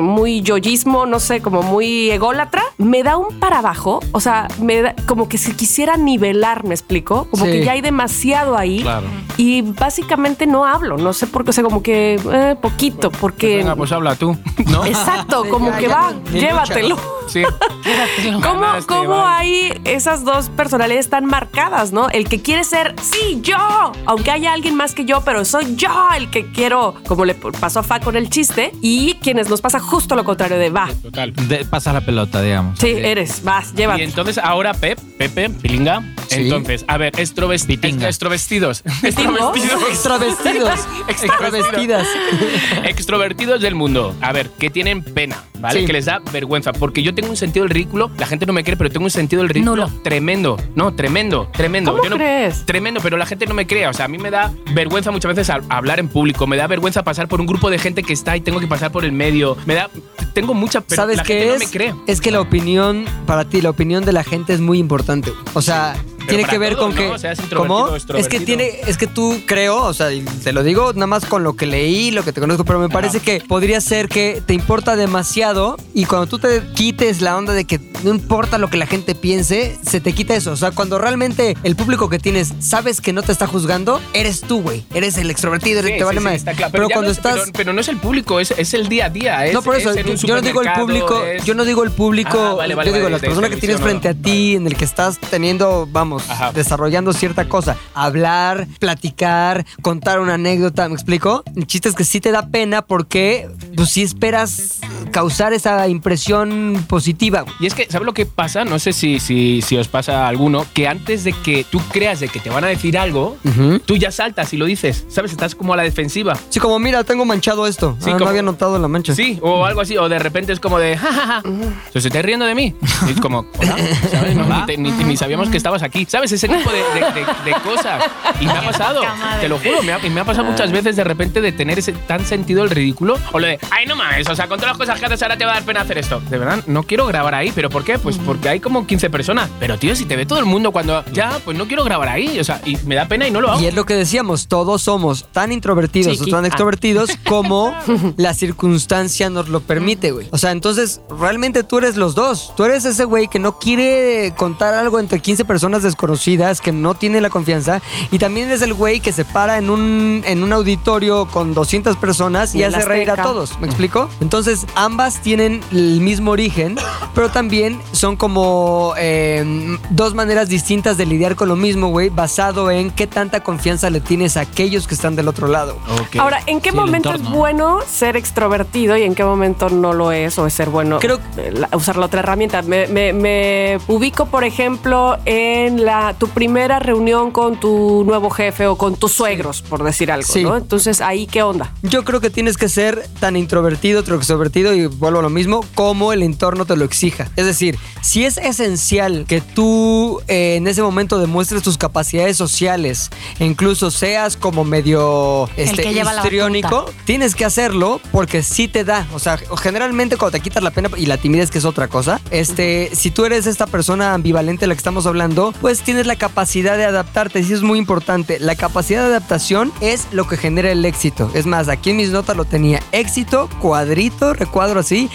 muy yoyismo, no sé, como muy ególatra, me da un para abajo. O sea, me da, como que si quisiera nivelar, me explico. Como Sí. que ya hay demasiado ahí. Y básicamente no hablo, no sé por qué, o sea, como que eh, poquito, porque... Venga, pues habla tú, ¿no? Exacto, como ya, que ya, va, ni llévatelo. Sí. ¿Cómo, Ganaste, cómo vale. hay esas dos personalidades tan marcadas, no? El que quiere ser, sí, yo, aunque haya alguien más que yo, pero soy yo el que quiero, como le pasó a Fa con el chiste, y quienes nos pasa justo lo contrario de va. Total. De- pasa la pelota, digamos. Sí, eres, vas, Y llévate. entonces ahora Pep, Pepe, Pilinga. Sí. Entonces, a ver, extrovest- Pitinga. extrovestidos. ¿Vestimos? Extravestidos. Extravestidas. Extrovertidos del mundo. A ver, que tienen pena, ¿vale? Sí. Que les da vergüenza. Porque yo tengo un sentido del ridículo. La gente no me cree, pero tengo un sentido del ridículo Nulo. tremendo. No, tremendo, tremendo. ¿Cómo Yo no- crees? Tremendo, pero la gente no me crea. O sea, a mí me da vergüenza muchas veces a- hablar en público. Me da vergüenza pasar por un grupo de gente que está y tengo que pasar por el medio. Me da. Tengo mucha. Pero ¿Sabes la qué gente es? no me cree. Es que la opinión, para ti, la opinión de la gente es muy importante. güey. O sea, tiene para que ver todos, con ¿no? que. O sea, es introvertido, ¿Cómo? Es que extrovertido. tiene, es que tú creo, o sea, y te lo digo nada más con lo que leí, lo que te conozco, pero me parece que podría ser que te importa demasiado y cuando tú te quites la onda de que no importa lo que la gente piense, se te quita eso. O sea, cuando realmente el público que tienes sabes que no te está juzgando, eres tú, güey. Eres el extrovertido, Sí, te sí, vale sí, más. está claro. Pero, ya cuando no es- estás. Pero, pero no es el público, es, es el día a día. es- No, por eso, es en yo, un yo no digo el supermercado, público, es- yo no digo el público, Ah, vale, vale, yo digo vale, las de personas que tienes televisión, frente a no, ti, en el que estás teniendo, vamos, Ajá. desarrollando cierta cosa. Hablar, platicar, contar una anécdota, ¿me explico? El chiste es que sí te da pena porque, pues, sí esperas causar esa impresión positiva. Y es que, ¿sabes lo que pasa? No sé si, si, si os pasa a alguno, que antes de que tú creas de que te van a decir algo, Ujú. tú ya saltas y lo dices, ¿sabes? Estás como a la defensiva. Sí, como, mira, tengo manchado esto. Sí, Ah, como- no había notado la mancha. Sí, o algo así, o de repente es como de, jajaja, se está riendo de mí. Y es como, hola, ¿sabes? No, ni, te- ni te- ni sabíamos que estabas aquí, ¿sabes? Ese tipo de, de- de- de cosas. Y me ha pasado, madre. te lo juro, me ha, y me ha pasado muchas veces de repente de tener ese tan sentido el ridículo, o lo de, ay, no mames, o sea, con todas las cosas que haces ahora te va a dar pena hacer esto. De verdad, no quiero grabar ahí, ¿pero por qué? Pues porque hay como 15 personas. Pero tío, si te ve todo el mundo cuando, ya, pues no quiero grabar ahí, o sea, y me da pena y no lo hago. Y es lo que decíamos, todos somos tan introvertidos Chiqui. o tan Ah. extrovertidos como la circunstancia nos lo permite, güey. O sea, entonces realmente tú eres los dos. Tú eres ese güey que no quiere contar algo entre 15 personas desconocidas, que no tiene la confianza. Y también eres el güey que se para en un, en un auditorio con 200 personas y, Y el hace reír a Azteca. todos. ¿Me explico? Entonces, ambas tienen el mismo origen, pero también son como eh, dos maneras distintas de lidiar con lo mismo, güey, basado en qué tanta confianza le tienes a aquellos que están del otro lado. Ok. Ahora, ¿en qué Sí, el momento es entorno. bueno ser extrovertido y en qué momento no lo es o es ser bueno eh, Creo- la- usar la otra herramienta? Me, me- me ubico, por ejemplo, en la tu primera reunión con tu nuevo jefe o con tus suegros, por decir algo, Sí. ¿no? Entonces, ¿ahí qué onda? Yo creo que tienes que ser tan introvertido, tan extrovertido, y vuelvo a lo mismo, como el entorno te lo exija. Es decir, si es esencial que tú eh, en ese momento demuestres tus capacidades sociales, e incluso seas como medio este, que lleva la histriónico, batuta. tienes que hacerlo porque sí te da. O sea, generalmente cuando te quitas la pena y la timidez, que es otra cosa, este, si tú eres esta persona ambivalente de la que estamos hablando, pues pues tienes la capacidad de adaptarte. Sí, es muy importante. La capacidad de adaptación es lo que genera el éxito. Es más, aquí en mis notas lo tenía. Éxito, cuadrito, recuadro así.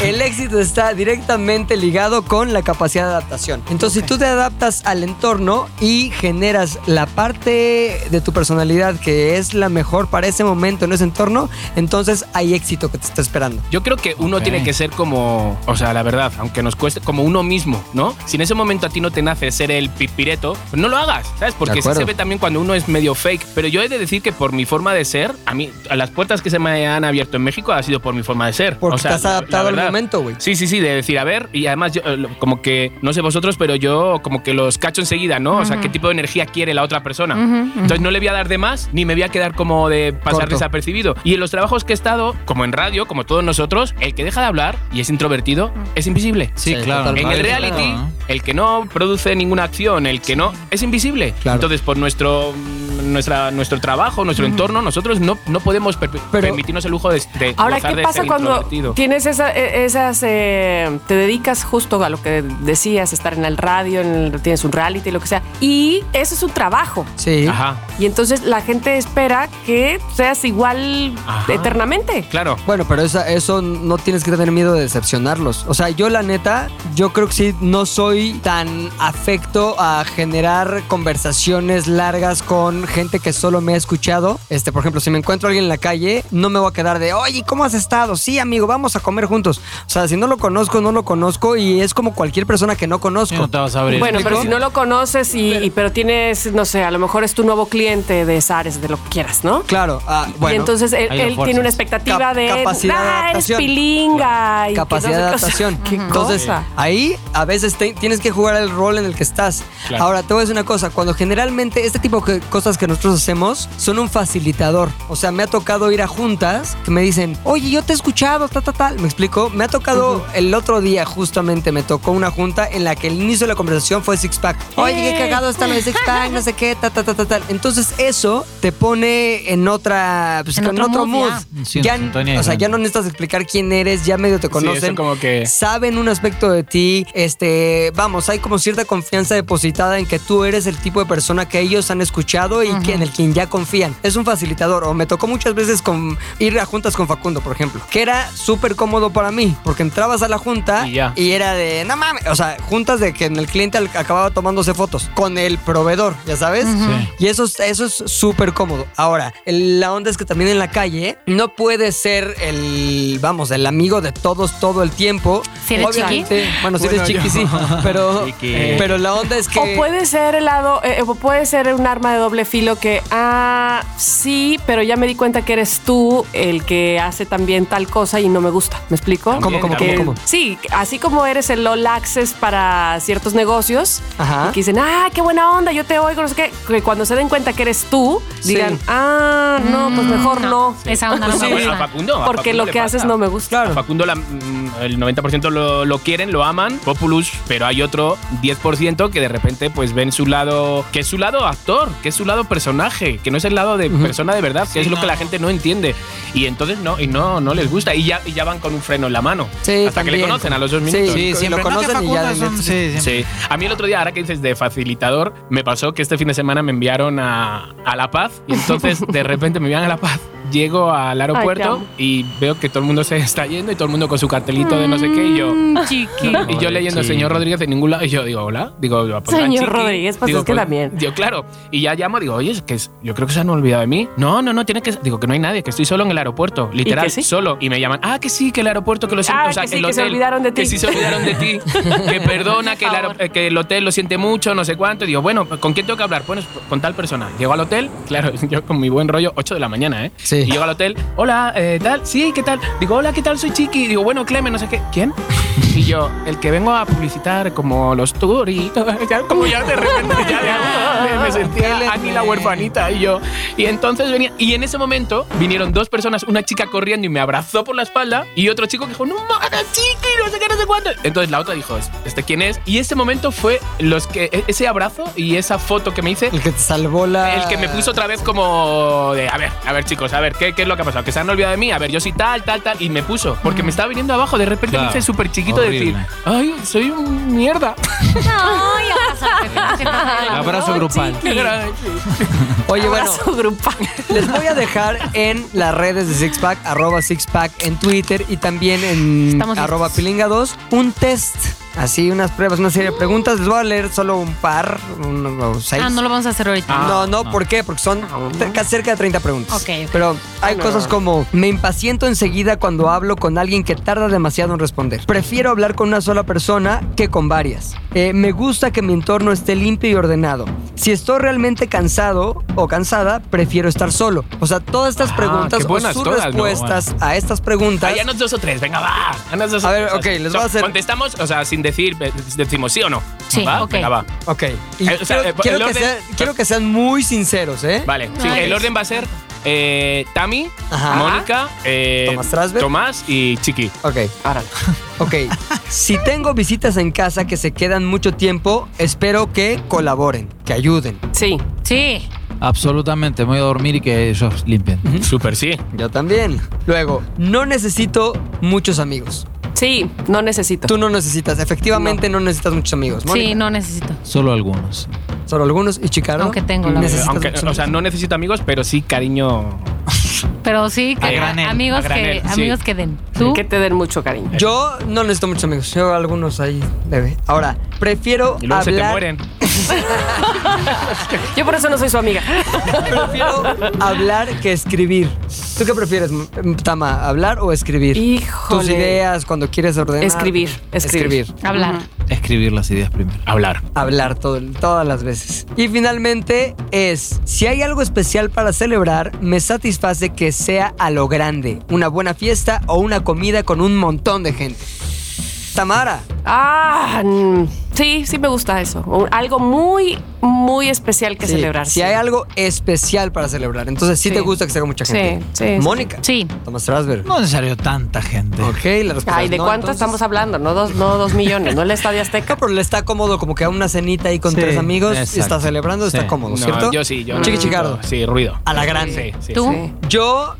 El éxito está directamente ligado con la capacidad de adaptación. Entonces, si tú te adaptas al entorno y generas la parte de tu personalidad que es la mejor para ese momento en ese entorno, entonces hay éxito que te está esperando. Yo creo que uno Ok. tiene que ser como, o sea, la verdad, aunque nos cueste, como uno mismo, ¿no? Si en ese momento a ti no te nace ser el pipireto, pues no lo hagas, ¿sabes? Porque sí acuerdo. se ve también cuando uno es medio fake. Pero yo he de decir que por mi forma de ser, a mí, a las puertas que se me han abierto en México ha sido por mi forma de ser. Porque o sea, estás la- la adaptado al verdad. momento, güey. Sí, sí, sí, de decir, a ver, y además yo, eh, lo- como que, no sé vosotros, pero yo como que los cacho enseguida, ¿no? O sea, qué tipo de energía quiere la otra persona. Ujú, ujú. Entonces no le voy a dar de más, ni me voy a quedar como de pasar Corto. desapercibido. Y en los trabajos que he estado, como en radio, como todos nosotros, el que deja de hablar y es introvertido es invisible. Sí, Sí, claro. totalmente. En el reality, el que no produce ninguna acción, el que no es invisible. Claro. Entonces, por nuestro nuestra, nuestro trabajo, nuestro entorno, nosotros no, no podemos per- Pero- permitirnos el lujo de, de Ahora, gozar ¿qué de pasa ser cuando introvertido. tienes esa- eh, esas... eh, te dedicas justo a lo que decías, estar en el radio, en el- tienes un reality, lo que sea, y eso es un trabajo. Sí. Ajá, Y entonces la gente espera que seas igual Ajá. eternamente. claro. Bueno, pero esa- eso no tienes que tener miedo de decepcionarlos. O sea, yo la neta, yo creo que sí, no soy tan afecto a generar conversaciones largas con gente que solo me ha escuchado. Este, por ejemplo, si me encuentro a alguien en la calle, no me voy a quedar de, oye, ¿cómo has estado? Sí, amigo, vamos a comer juntos. O sea, si no lo conozco, no lo conozco y es como cualquier persona que no conozco. no te vas a abrir. Bueno, pero si no lo conoces y, y- pero tienes, no sé, a lo mejor es tu nuevo cliente de Zares, de lo que quieras, ¿no? Claro, ah, bueno. y entonces él, ahí lo él fuerzas. tiene una expectativa Cap- de capacidad de ah, eres adaptación". pilinga y que capacidad de no sé qué". adaptación. Qué Entonces, cosa. ahí a veces te- tienes que jugar el rol en el que estás. Claro. Ahora, te voy a decir una cosa, cuando generalmente este tipo de cosas que nosotros hacemos son un facilitador. O sea, me ha tocado ir a juntas que me dicen, oye, yo te he escuchado, tal, tal, tal. ¿Me explico? Me ha tocado el otro día justamente, me tocó una junta en la que el inicio de la conversación fue Six Pack. Oye, qué cagado está lo de Six Pack, no sé qué, tal, tal, tal, tal, tal. Entonces, eso te pone en otra, pues, En con otro otro mood, mood. ya. Sí, en Ya- sintonía o sea, ya diferente. no necesitas explicar quién eres, ya medio Sí, te eso conocen como que... saben un aspecto de ti, este, vamos, hay como cierta confianza depositada en que tú eres el tipo de persona que ellos han escuchado y que en el quien ya confían. Es un facilitador. O me tocó muchas veces con ir a juntas con Facundo, por ejemplo, que era súper cómodo para mí, porque entrabas a la junta Y y, ya. era de, no mames, o sea, juntas de que el cliente al- acababa tomándose fotos con el proveedor, ya sabes. Sí. Y eso, es- eso es súper cómodo. Ahora, el- la onda es que también en la calle no puedes ser el, vamos, el amigo de todos todo el tiempo. Si eres Obviamente, Bueno, si Bueno, eres chiqui, yo- sí. Pero, Chiqui. pero la onda es que... O puede ser el lado, eh, o puede ser un arma de doble filo que, ah, sí, pero ya me di cuenta que eres tú el que hace también tal cosa y no me gusta. ¿Me explico? También, cómo, también. cómo? Sí, así como eres el all access para ciertos negocios, Ajá. y que dicen, ah, qué buena onda, yo te oigo, no sé qué, que cuando se den cuenta que eres tú, Sí. digan, ah, no, pues mejor no. Esa onda no Ah, me bueno, a gusta. Facundo, a Porque Facundo lo le que haces pasa. no me gusta. A Facundo la- mm, el 90% lo, lo quieren, lo aman, Populus, pero hay otro 10% que de repente pues ven su lado, que es su lado actor, que es su lado personaje, que no es el lado de persona de verdad, que es lo no. que la gente no entiende. Y entonces no, y no, no les gusta. Y ya, y ya van con un freno en la mano. Sí, hasta que le también. conocen a los dos Sí. minutos. Sí, Lo siempre. conocen no, que y ya Facundo de- es un- sí, siempre. Sí. A mí el otro día, ahora que dices de facilitador, me pasó que este fin de semana me enviaron a, a La Paz y entonces de repente me envían a La Paz. Llego al Ay, te aeropuerto amo. y veo que todo el mundo se está yendo y todo el mundo con su cartelito de no sé qué y yo... Mm, chiqui. Y yo leyendo Chiqui. señor Rodríguez en ningún lado. Y yo digo, hola. Digo, pues, hola, Señor chiqui. Rodríguez, pues, Digo, es que también. Yo, claro. Y ya llamo, digo, oye, es que es- yo creo que se han olvidado de mí. No, no, no, tiene que. Digo, que no hay nadie, que estoy solo en el aeropuerto. Literal, que sí? solo. Y me llaman, ah, que sí, que el aeropuerto, que lo siento. Ah, o sea, que sí, el que se hotel, olvidaron de ti. Que sí, se olvidaron de ti. que perdona, que el, aero- favor. eh, que el hotel lo siente mucho, no sé cuánto. Y digo, bueno, ¿con quién tengo que hablar? Bueno, con tal persona. Llego al hotel, claro, yo con mi buen rollo, 8 de la mañana, ¿eh? Sí. Y llego al hotel, hola, eh, tal, sí, ¿qué tal? Digo, hola, ¿qué tal? Soy Chiqui. Digo, bueno, Clemen, no sé qué. ¿Quién? Y yo, el que vengo a publicitar como los tours y todo, ya, como ya de repente ya de- me, me sentía Ani la huerfanita y yo. Y entonces venía, y en ese momento vinieron dos personas, una chica corriendo y me abrazó por la espalda y otro chico que dijo, no mames, chiqui, no sé qué, no sé cuánto. Entonces la otra dijo, ¿este quién es? Y ese momento fue los que, e- ese abrazo y esa foto que me hice El que te salvó la... el que me puso otra vez como de, a ver, a ver chicos, a ver, ver, ¿qué, qué es lo que ha pasado? Que se han olvidado de mí. A ver, yo sí tal, tal, tal. Y me puso, porque me estaba viniendo abajo. De repente Mm. Claro. me hice súper chiquito decir, Horrible. ay, soy un mierda. No, ya pasa. Abrazo grupal. Oye, bueno, Abrazo grupal. les voy a dejar en las redes de Sixpack, arroba Sixpack en Twitter y también en Estamos arroba listos. pilinga2, un test. Así, unas pruebas, una serie de preguntas. Les voy a leer solo un par, uno o seis. Ah, no lo vamos a hacer ahorita. no, no, ¿por qué? Porque son cerca- cerca de 30 preguntas. Ah, Ok, ok. Pero hay cosas como, me impaciento enseguida cuando hablo con alguien que tarda demasiado en responder. Prefiero hablar con una sola persona que con varias. Eh, me gusta que mi entorno esté limpio y ordenado. Si estoy realmente cansado o cansada, prefiero estar solo. O sea, todas estas Ah, preguntas qué o buenas sus todas, ¿no? Ah, respuestas a estas preguntas... Ay, haznos dos o tres, venga, va. Haznos dos A o ver, tres. ok, les O voy sea, a hacer- Contestamos, o sea, sin decir, eh, decimos sí o no. Sí, ¿Va? ok. Venga, va. Ok. Y Eh, o sea, quiero, eh, quiero el que orden- sea- quiero que sean muy sinceros, ¿eh? Vale, sí, Ay. el orden va a ser eh, Tami, Ajá. Mónica, eh, Tomás Trasberg. Tomás y Chiqui. Ok. Árale. Ok, si tengo visitas en casa que se quedan mucho tiempo, espero que colaboren, que ayuden. Sí. Sí. Absolutamente, me voy a dormir y que ellos limpien. Súper, sí. Yo también. Luego, no necesito muchos amigos. Sí, no necesito. Tú no necesitas, efectivamente no, necesitas muchos amigos. Sí, Mónica, no necesito. Solo algunos. Solo algunos y Chicago. Aunque tengo, la Eh, necesitas Aunque, muchos o sea, amigos. no necesito amigos, pero sí cariño. Pero sí, que A granel, amigos, a granel, que, sí. amigos que den. ¿Tú? Que te den mucho cariño. Yo no necesito muchos amigos, yo algunos ahí debe. Ahora, prefiero Y luego hablar se te mueren. Yo por eso no soy su amiga. prefiero hablar que escribir. ¿Tú qué prefieres, M- Tama, hablar o escribir? Híjole. Tus ideas cuando quieres ordenar. Escribir, escribir. Hablar. Escribir las ideas primero. Hablar. hablar todo, todas las veces. Y finalmente es, si hay algo especial para celebrar, me satisface que sea a lo grande, una buena fiesta o una comida con un montón de gente. Tamara, Ah, mm, sí, sí me gusta eso. Un- algo muy, muy especial que sí, celebrar. si sí. hay algo especial para celebrar, entonces sí, Sí. te gusta que se haga mucha Sí, gente. sí, sí. Mónica. Sí. Tomás Strasberg. No es necesario tanta gente. Ok, la respuesta Ay, es ¿de no, cuánto entonces. estamos hablando? No dos, no dos millones, no el Estadio No, Azteca. pero le está cómodo como que a una cenita ahí con Sí, tres amigos, exacto. está celebrando, está Sí. cómodo, No, ¿cierto? Yo sí, yo. Chiqui Chicardo. Sí, ruido. A la grande. Sí, sí, ¿Tú? sí. Yo,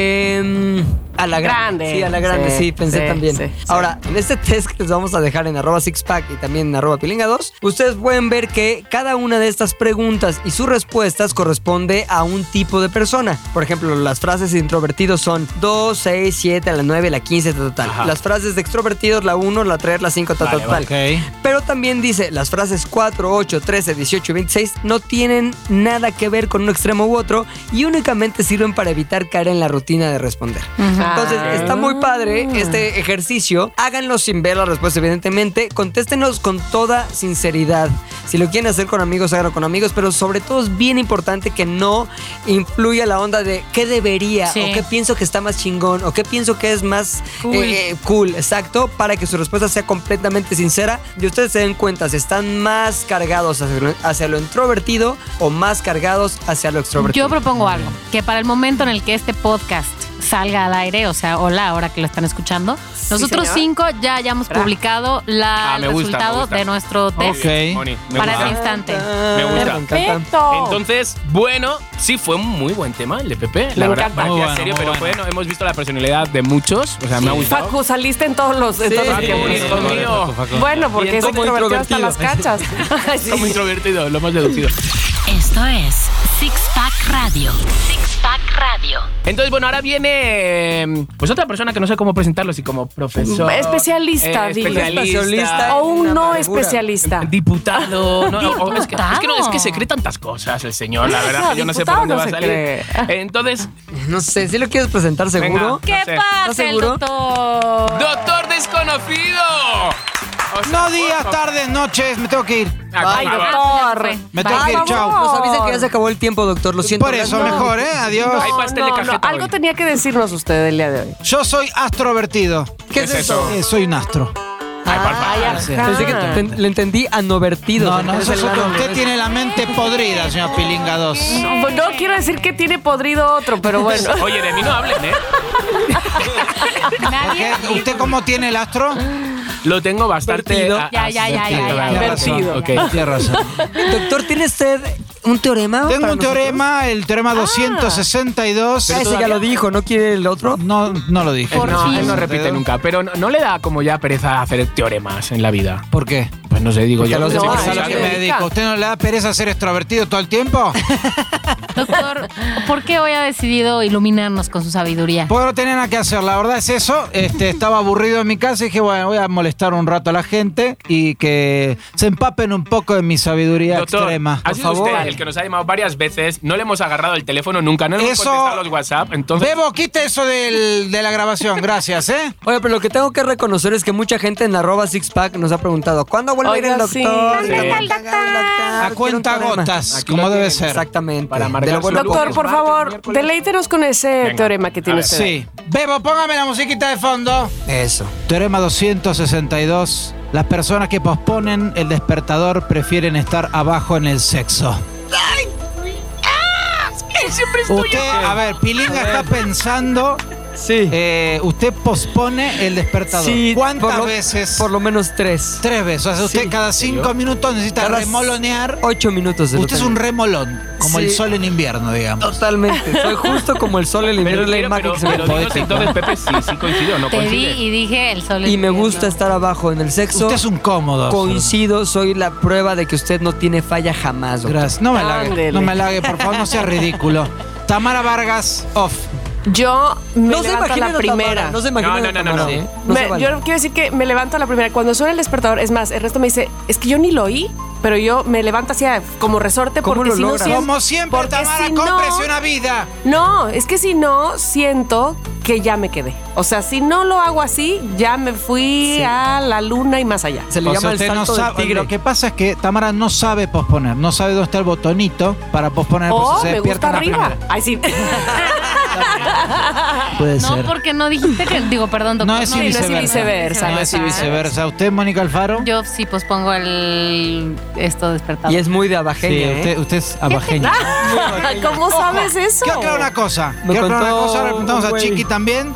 eh, a la grande. Grande. Sí, a la grande, sí, Sí, pensé sí, también. sí, Ahora, en este test que les vamos a dejar en arroba sixpack y también en arroba pilinga2, ustedes pueden ver que cada una de estas preguntas y sus respuestas corresponde a un tipo de persona. Por ejemplo, las frases de introvertidos son 2, 6, 7, a la 9, la 15, tal, tal, Ajá. tal. Las frases de extrovertidos, la 1, la 3, la 5, tal, Vale, tal, Ok. tal. Pero también dice, las frases 4, 8, 13, 18 y 26 no tienen nada que ver con un extremo u otro y únicamente sirven para evitar caer en la rutina de responder. Entonces, Ah. está muy padre este ejercicio. Háganlo sin ver la respuesta, evidentemente. Contéstenos con toda sinceridad. Si lo quieren hacer con amigos, háganlo con amigos, pero sobre todo es bien importante que no influya la onda de qué debería Sí. o qué pienso que está más chingón o qué pienso que es más Cool. eh, cool, exacto, para que su respuesta sea completamente sincera y ustedes se den cuenta si están más cargados hacia lo, hacia lo introvertido o más cargados hacia lo extrovertido. Yo propongo algo, que para el momento en el que este podcast salga al aire, o sea, hola, ahora que lo están escuchando, nosotros señor. cinco ya hayamos Bra. publicado la, Ah, el me gusta, me resultado gusta. de nuestro test Ok. Moni, me para ese gusta. instante. Me gusta. encanta. Oh. Entonces, bueno, sí fue un muy buen tema el de Pepe. La Me verdad, encanta. parecía Muy bueno, serio, muy pero bueno. bueno, hemos visto la personalidad de muchos. O sea, me ha gustado. Facu, saliste en todos los. en Sí, todos los sí, tiempos. sí, Dios mío. Bueno, Y porque es como introvertido hasta las cachas. Ay, sí. Como introvertido, lo hemos deducido. Esto es Six Pack Radio. Six Pack Radio. Entonces, bueno, ahora viene eh, pues otra persona que no sé cómo presentarlo, así como profesor. Especialista, eh, dile. especialista. O un Una no amargura. especialista. Diputado. No, o- o es, que, es, que no, es que se Diputado. cree tantas cosas el señor, la Eso, verdad. que yo no sé por diputado dónde no va a se salir. cree. Entonces, No sé, si lo quieres presentar seguro. Venga. ¿Qué No sé. pasa, el seguro? doctor? doctor desconocido. O sea, No por días, favor. tardes, noches, me tengo que ir. Ah, Ay, ah, va. doctor. Me tengo Por que ir, chao. favor. Nos avisan que ya se acabó el tiempo, doctor. Lo siento. Por eso, No. mejor, ¿eh? Adiós. Hay pastel de cajeta Algo hoy. tenía que decirnos usted el día de hoy. Yo soy astrovertido. ¿Qué es ¿Qué es eso? Eh, soy un astro. Ay, por favor. ajá. Pensé que Ah. te- le entendí anovertido. No, no, Es eso es el otro. ano. Usted tiene la mente podrida, señora Pilinga 2. No, no quiero decir que tiene podrido otro, pero bueno. Oye, de mí no hablen, ¿eh? Nadie. ¿Usted cómo tiene el astro? Lo tengo bastante. Vertido. ah, Ya, ah, ya, ya, ya, Tiene ya. razón, Vertido. ok, tiene razón. Doctor, ¿tiene usted un teorema. Tengo para un nosotros? teorema, el Ah. teorema 262. Ah, ese ya lo dijo, ¿no quiere el otro? No, no lo dije. Él no, él no Sí. repite nunca, pero no, no le da como ya pereza hacer teoremas en la vida. ¿Por qué? Pues no sé, digo Porque yo. los no sé demás qué ¿Sabes sí, a lo sabe. que me sí. dedico? ¿Usted no le da pereza ser extrovertido todo el tiempo? Doctor, ¿por qué hoy ha decidido iluminarnos con su sabiduría? Porque no tenía nada que hacer, la verdad es eso. Este, estaba aburrido en mi casa y dije, bueno, voy a molestar un rato a la gente y que se empapen un poco de mi sabiduría Doctor, extrema. ha Por sido favor. usted el que nos ha llamado varias veces. No le hemos agarrado el teléfono nunca, no le hemos Eso- contestado los WhatsApp. Entonces, Bebo, quite eso del- de la grabación, gracias, ¿eh? Oye, pero lo que tengo que reconocer es que mucha gente en arroba sixpack nos ha preguntado ¿Cuándo vuelve a ir el Oiga, doctor? sí. ¿Cuándo ¿Cuándo está el llega el doctor? A cuenta Quiero un teorema. gotas, Aquí como lo debe tienen, ser. Exactamente. Para marcar De su lo bueno, Doctor, por favor, deleítenos con ese Venga, teorema que a tiene ver. usted. Sí. Bebo, póngame la musiquita de fondo. Eso. Teorema 262. Las personas que posponen el despertador prefieren estar abajo en el sexo. ah, Usted, a ver, Pilinga está pensando, Sí. eh, usted pospone el despertador. Sí, ¿Cuántas por lo- veces? Por lo menos tres. Tres veces. O sea, usted Sí. cada cinco minutos necesita Cada remolonear. Ocho minutos. de lo Usted es que- un remolón, como Sí. el sol en invierno, digamos. Totalmente. Soy justo como el sol en el pero, invierno. la pero, imagen pero, que se me pero pone. dinos entonces, Pepe, sí, sí coincide o no Te vi coincide. y dije el sol. Y me invierno. gusta estar abajo en el sexo. Usted es un cómodo. Coincido, soy la prueba de que usted no tiene falla jamás. doctor. Gracias. No me Ándele. lague. No me lague, por favor, no sea ridículo. Tamara Vargas, off. Yo me No se levanto a imagina la primera. No se imagina. No, no, no, no, no. ¿eh? Me- Yo quiero decir que me levanto a la primera. Cuando suena el despertador, es más, el resto me dice, es que yo ni lo oí, pero yo me levanto hacia como resorte ¿Cómo porque lo si no logras? siento. Como siempre, porque Tamara, si no- cómprese una vida. No, es que si no, siento que ya me quedé. O sea, si no lo hago así, ya me fui Sí. a la luna y más allá. Se le O sea, llama el Pues usted no salto del sabe- tigre. Lo que pasa es que Tamara no sabe posponer, no sabe dónde está el botonito para posponer. por O si Ah, pues, se Oh, me despierta gusta en la arriba. primera. Ay, sí. Puede No, ser. porque no dijiste que. Digo, perdón, doctor. No es no, y no es viceversa. viceversa, No es y viceversa. ¿Usted, Mónica Alfaro? Yo sí pospongo el. Esto despertado. Y es muy de Sí, abajeña, ¿eh? usted, usted es abajeño. ¿Cómo sabes eso? Quiero aclarar una cosa. Me Quiero aclarar una contó cosa. Ahora le preguntamos un a güey. Chiqui también.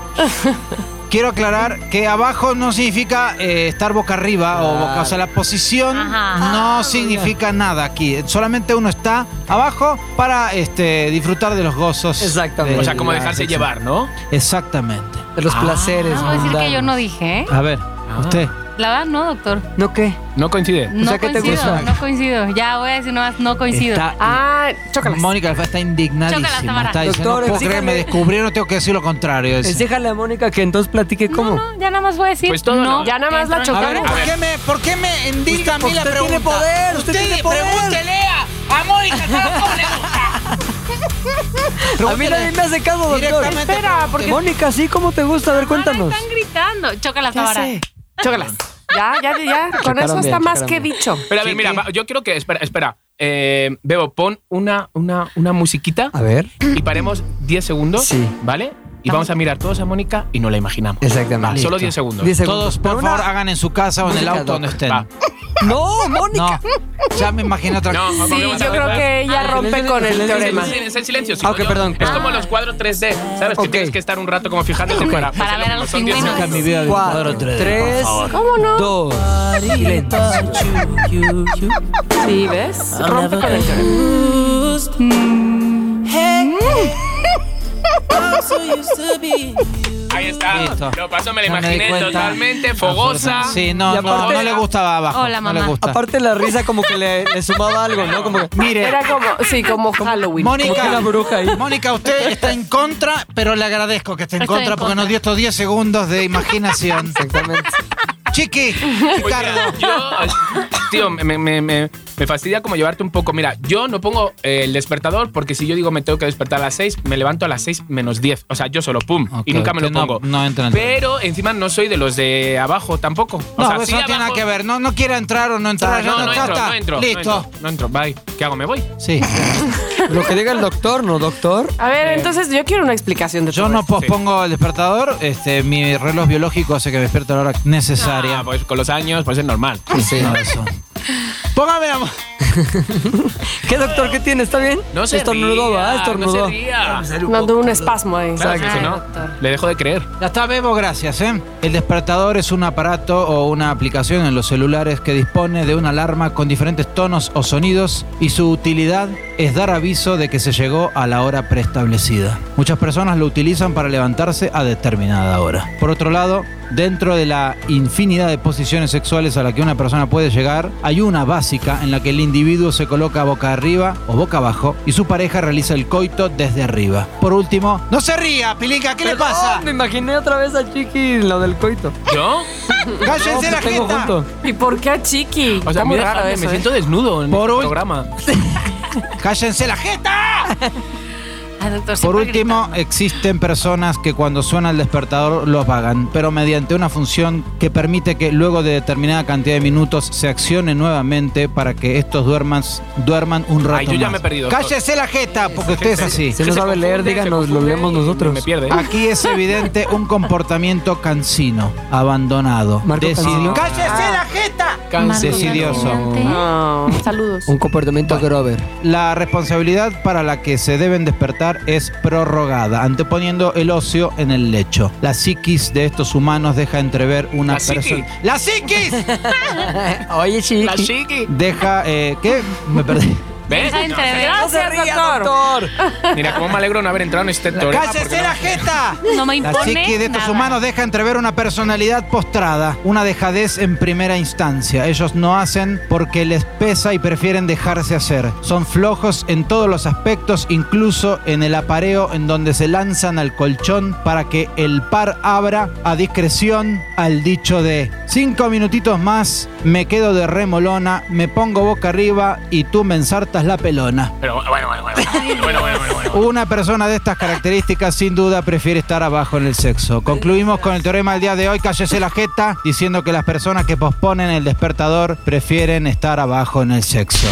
Quiero aclarar que abajo no significa eh, estar boca arriba o boca. O sea, la posición Ajá. Ah, no significa nada aquí. Solamente uno está abajo para este, disfrutar de los gozos. Exactamente. o sea, de como la dejarse sexual. llevar, ¿no? Exactamente. De los placeres. No, voy a decir que mundanos. yo no dije, ¿eh? A ver, usted. La verdad, no, doctor. ¿No qué? No coincide. No sea, ¿qué te coincido, gusta? no coincido. Ya voy a decir nomás, no coincido. Está, Ah, chócalas. Mónica Alfaro está Chócalas, indignadísima. Tamara. Está diciendo, Doctor, no puedo creer, me exíjame- descubrieron, tengo que decir lo contrario. dice. Déjale a Mónica que entonces platique cómo. No, no, ya nada más voy a decir. Pues todo no. Ya nada más la Entró en A chocamos. ver, calor. ¿por qué me, por qué me indigna Usted- a mí la usted pregunta? tiene poder, usted tiene poder. pregúntele a, a Mónica, ¿cómo le gusta? A mí nadie me hace caso, doctor. Directamente Espera, porque- Mónica, ¿sí? ¿Cómo te gusta? A ver, Ah, cuéntanos. Ahora están gritando. Chócalas, Ya Tamara. sé. Chócalas. Ya, ya, ya. Con Chocaron eso está bien, más chocaron que bien. dicho. Pero a ver, mira, va- yo quiero que. Espera, espera. Eh, Bebo, pon una, una, una musiquita A ver. y paremos 10 segundos, Sí. ¿vale? Y vamos a mirar todos a Mónica y no la imaginamos. Exactamente. Va, solo Listo. 10 segundos. 10 segundos. Todos, por Pero favor, una- hagan en su casa o en el Música, auto donde doc. estén. Va. No, Mónica. No, ya me imagino otra cosa. No, Sí, volvemos a Ah, yo creo ver. que ella rompe con el silencio, teorema. Sí, Es el silencio. Ah, ok, yo- perdón. Es Ah. como los cuadros 3D, ¿sabes? Que Ok. tienes que estar un rato como fijándote para... Para hacer lo ver a mismo. los Son diez pingüinos. segundos. vida Cuatro, tres, ¿Cómo no? dos. Silencio. Sí, Ah, ¿ves? Rompe con el teorema. Ahí está. Listo. Lo pasó, me la Ya di imaginé cuenta. totalmente fogosa. Sí, no, Y no, aparte- no le gustaba abajo. Hola, no le mamá. gusta. Aparte la risa como que le, le sumaba algo, ¿no? Como que... Mire, Era como, sí, como Halloween. como que Mónica, la bruja ahí. Mónica, usted está en contra, pero le agradezco que esté en Estoy contra en porque nos contra. dio estos 10 segundos de imaginación. Exactamente. Chiqui, Pues mira, Ricardo. yo, tío, me, me- me- me- me fastidia como llevarte un poco. Mira, yo no pongo eh, el despertador porque si yo digo me tengo que despertar a las 6, me levanto a las 6 menos 10. O sea, yo solo, pum. Ok, y nunca me lo usted no- pongo. no entra en el Pero encima no soy de los de abajo tampoco. O No, sea, eso sí no tiene nada abajo- que ver. No, no quiera entrar o no entrar. ya No, no, no, ya entro, está. no entro. no Listo. entro, No entro, bye. ¿Qué hago? ¿Me voy? Sí. Lo que diga el doctor, ¿no, doctor? A ver, entonces yo quiero una explicación de Yo todo no esto. pospongo el despertador. Este, mi reloj biológico hace que me despierto a la hora Ah, necesaria. pues con los años, pues es normal. Sí. No, eso. Póngame la... mo- ¿Qué doctor que tiene? ¿Está bien? No se Estornudó, ría, ¿verdad? Estornudó. No se ría. No, tuve un espasmo ahí. Claro, que Exacto. si Ay, no, doctor. le dejo de creer. Ya está, Bebo, gracias. ¿eh? El despertador es un aparato o una aplicación en los celulares que dispone de una alarma con diferentes tonos o sonidos y su utilidad es dar aviso de que se llegó a la hora preestablecida. Muchas personas lo utilizan para levantarse a determinada hora. Por otro lado, dentro de la infinidad de posiciones sexuales a la que una persona puede llegar, hay una básica en la que el individuo se coloca boca arriba o boca abajo y su pareja realiza el coito desde arriba. Por último, no se ría, Pilinca, ¿qué le pasa? Me imaginé otra vez a Chiqui lo del coito. ¿Yo? ¡Cállense No, la te tengo jeta! junto. ¿Y por qué a Chiqui? O sea, Está muy mira, raro me eso, ¿eh? siento desnudo en Por este hoy- programa. ¡Cállense la jeta! Ay, Ah, doctor, Por siempre último, existen personas que cuando suena el despertador los vagan, pero mediante una función que permite que luego de determinada cantidad de minutos se accione nuevamente para que estos duerman, duerman un rato Ay, yo ya más. me he perdido. ¡Cállese la jeta! Porque usted es así. Si no Se sabe leer, confunde, díganos, se lo confunde leemos y nosotros. Me pierde. Aquí es evidente un comportamiento cansino, abandonado, Marco Cancino. decidio- ¡Cállese la Marco Decidioso. Caminante. Ah, Mm. saludos. Un comportamiento Grover. La responsabilidad para la que se deben despertar es prorrogada, anteponiendo el ocio en el lecho. La psiquis de estos humanos deja entrever una La psiqui. persona. ¡La psiquis! Oye, Chiqui. La chiqui. Deja. eh, ¿Qué? Me perdí. ¿Ves? Deja No, entrever. No se Gracias, ría, doctor. doctor. Mira, cómo me alegro no haber entrado en este torneo. ¡Cállese la jeta! No me La impone psique de estos nada. humanos deja entrever una personalidad postrada, una dejadez en primera instancia. Ellos no hacen porque les pesa y prefieren dejarse hacer. Son flojos en todos los aspectos, incluso en el apareo en donde se lanzan al colchón para que el par abra a discreción al dicho de cinco minutitos más, me quedo de remolona, me pongo boca arriba y tú me ensartas la pelona. Pero bueno, bueno, bueno. bueno, bueno, bueno, bueno, bueno. Una persona de estas características sin duda prefiere estar abajo en el sexo. Concluimos con el teorema del día de hoy, cállese la jeta, diciendo que las personas que posponen el despertador prefieren estar abajo en el sexo.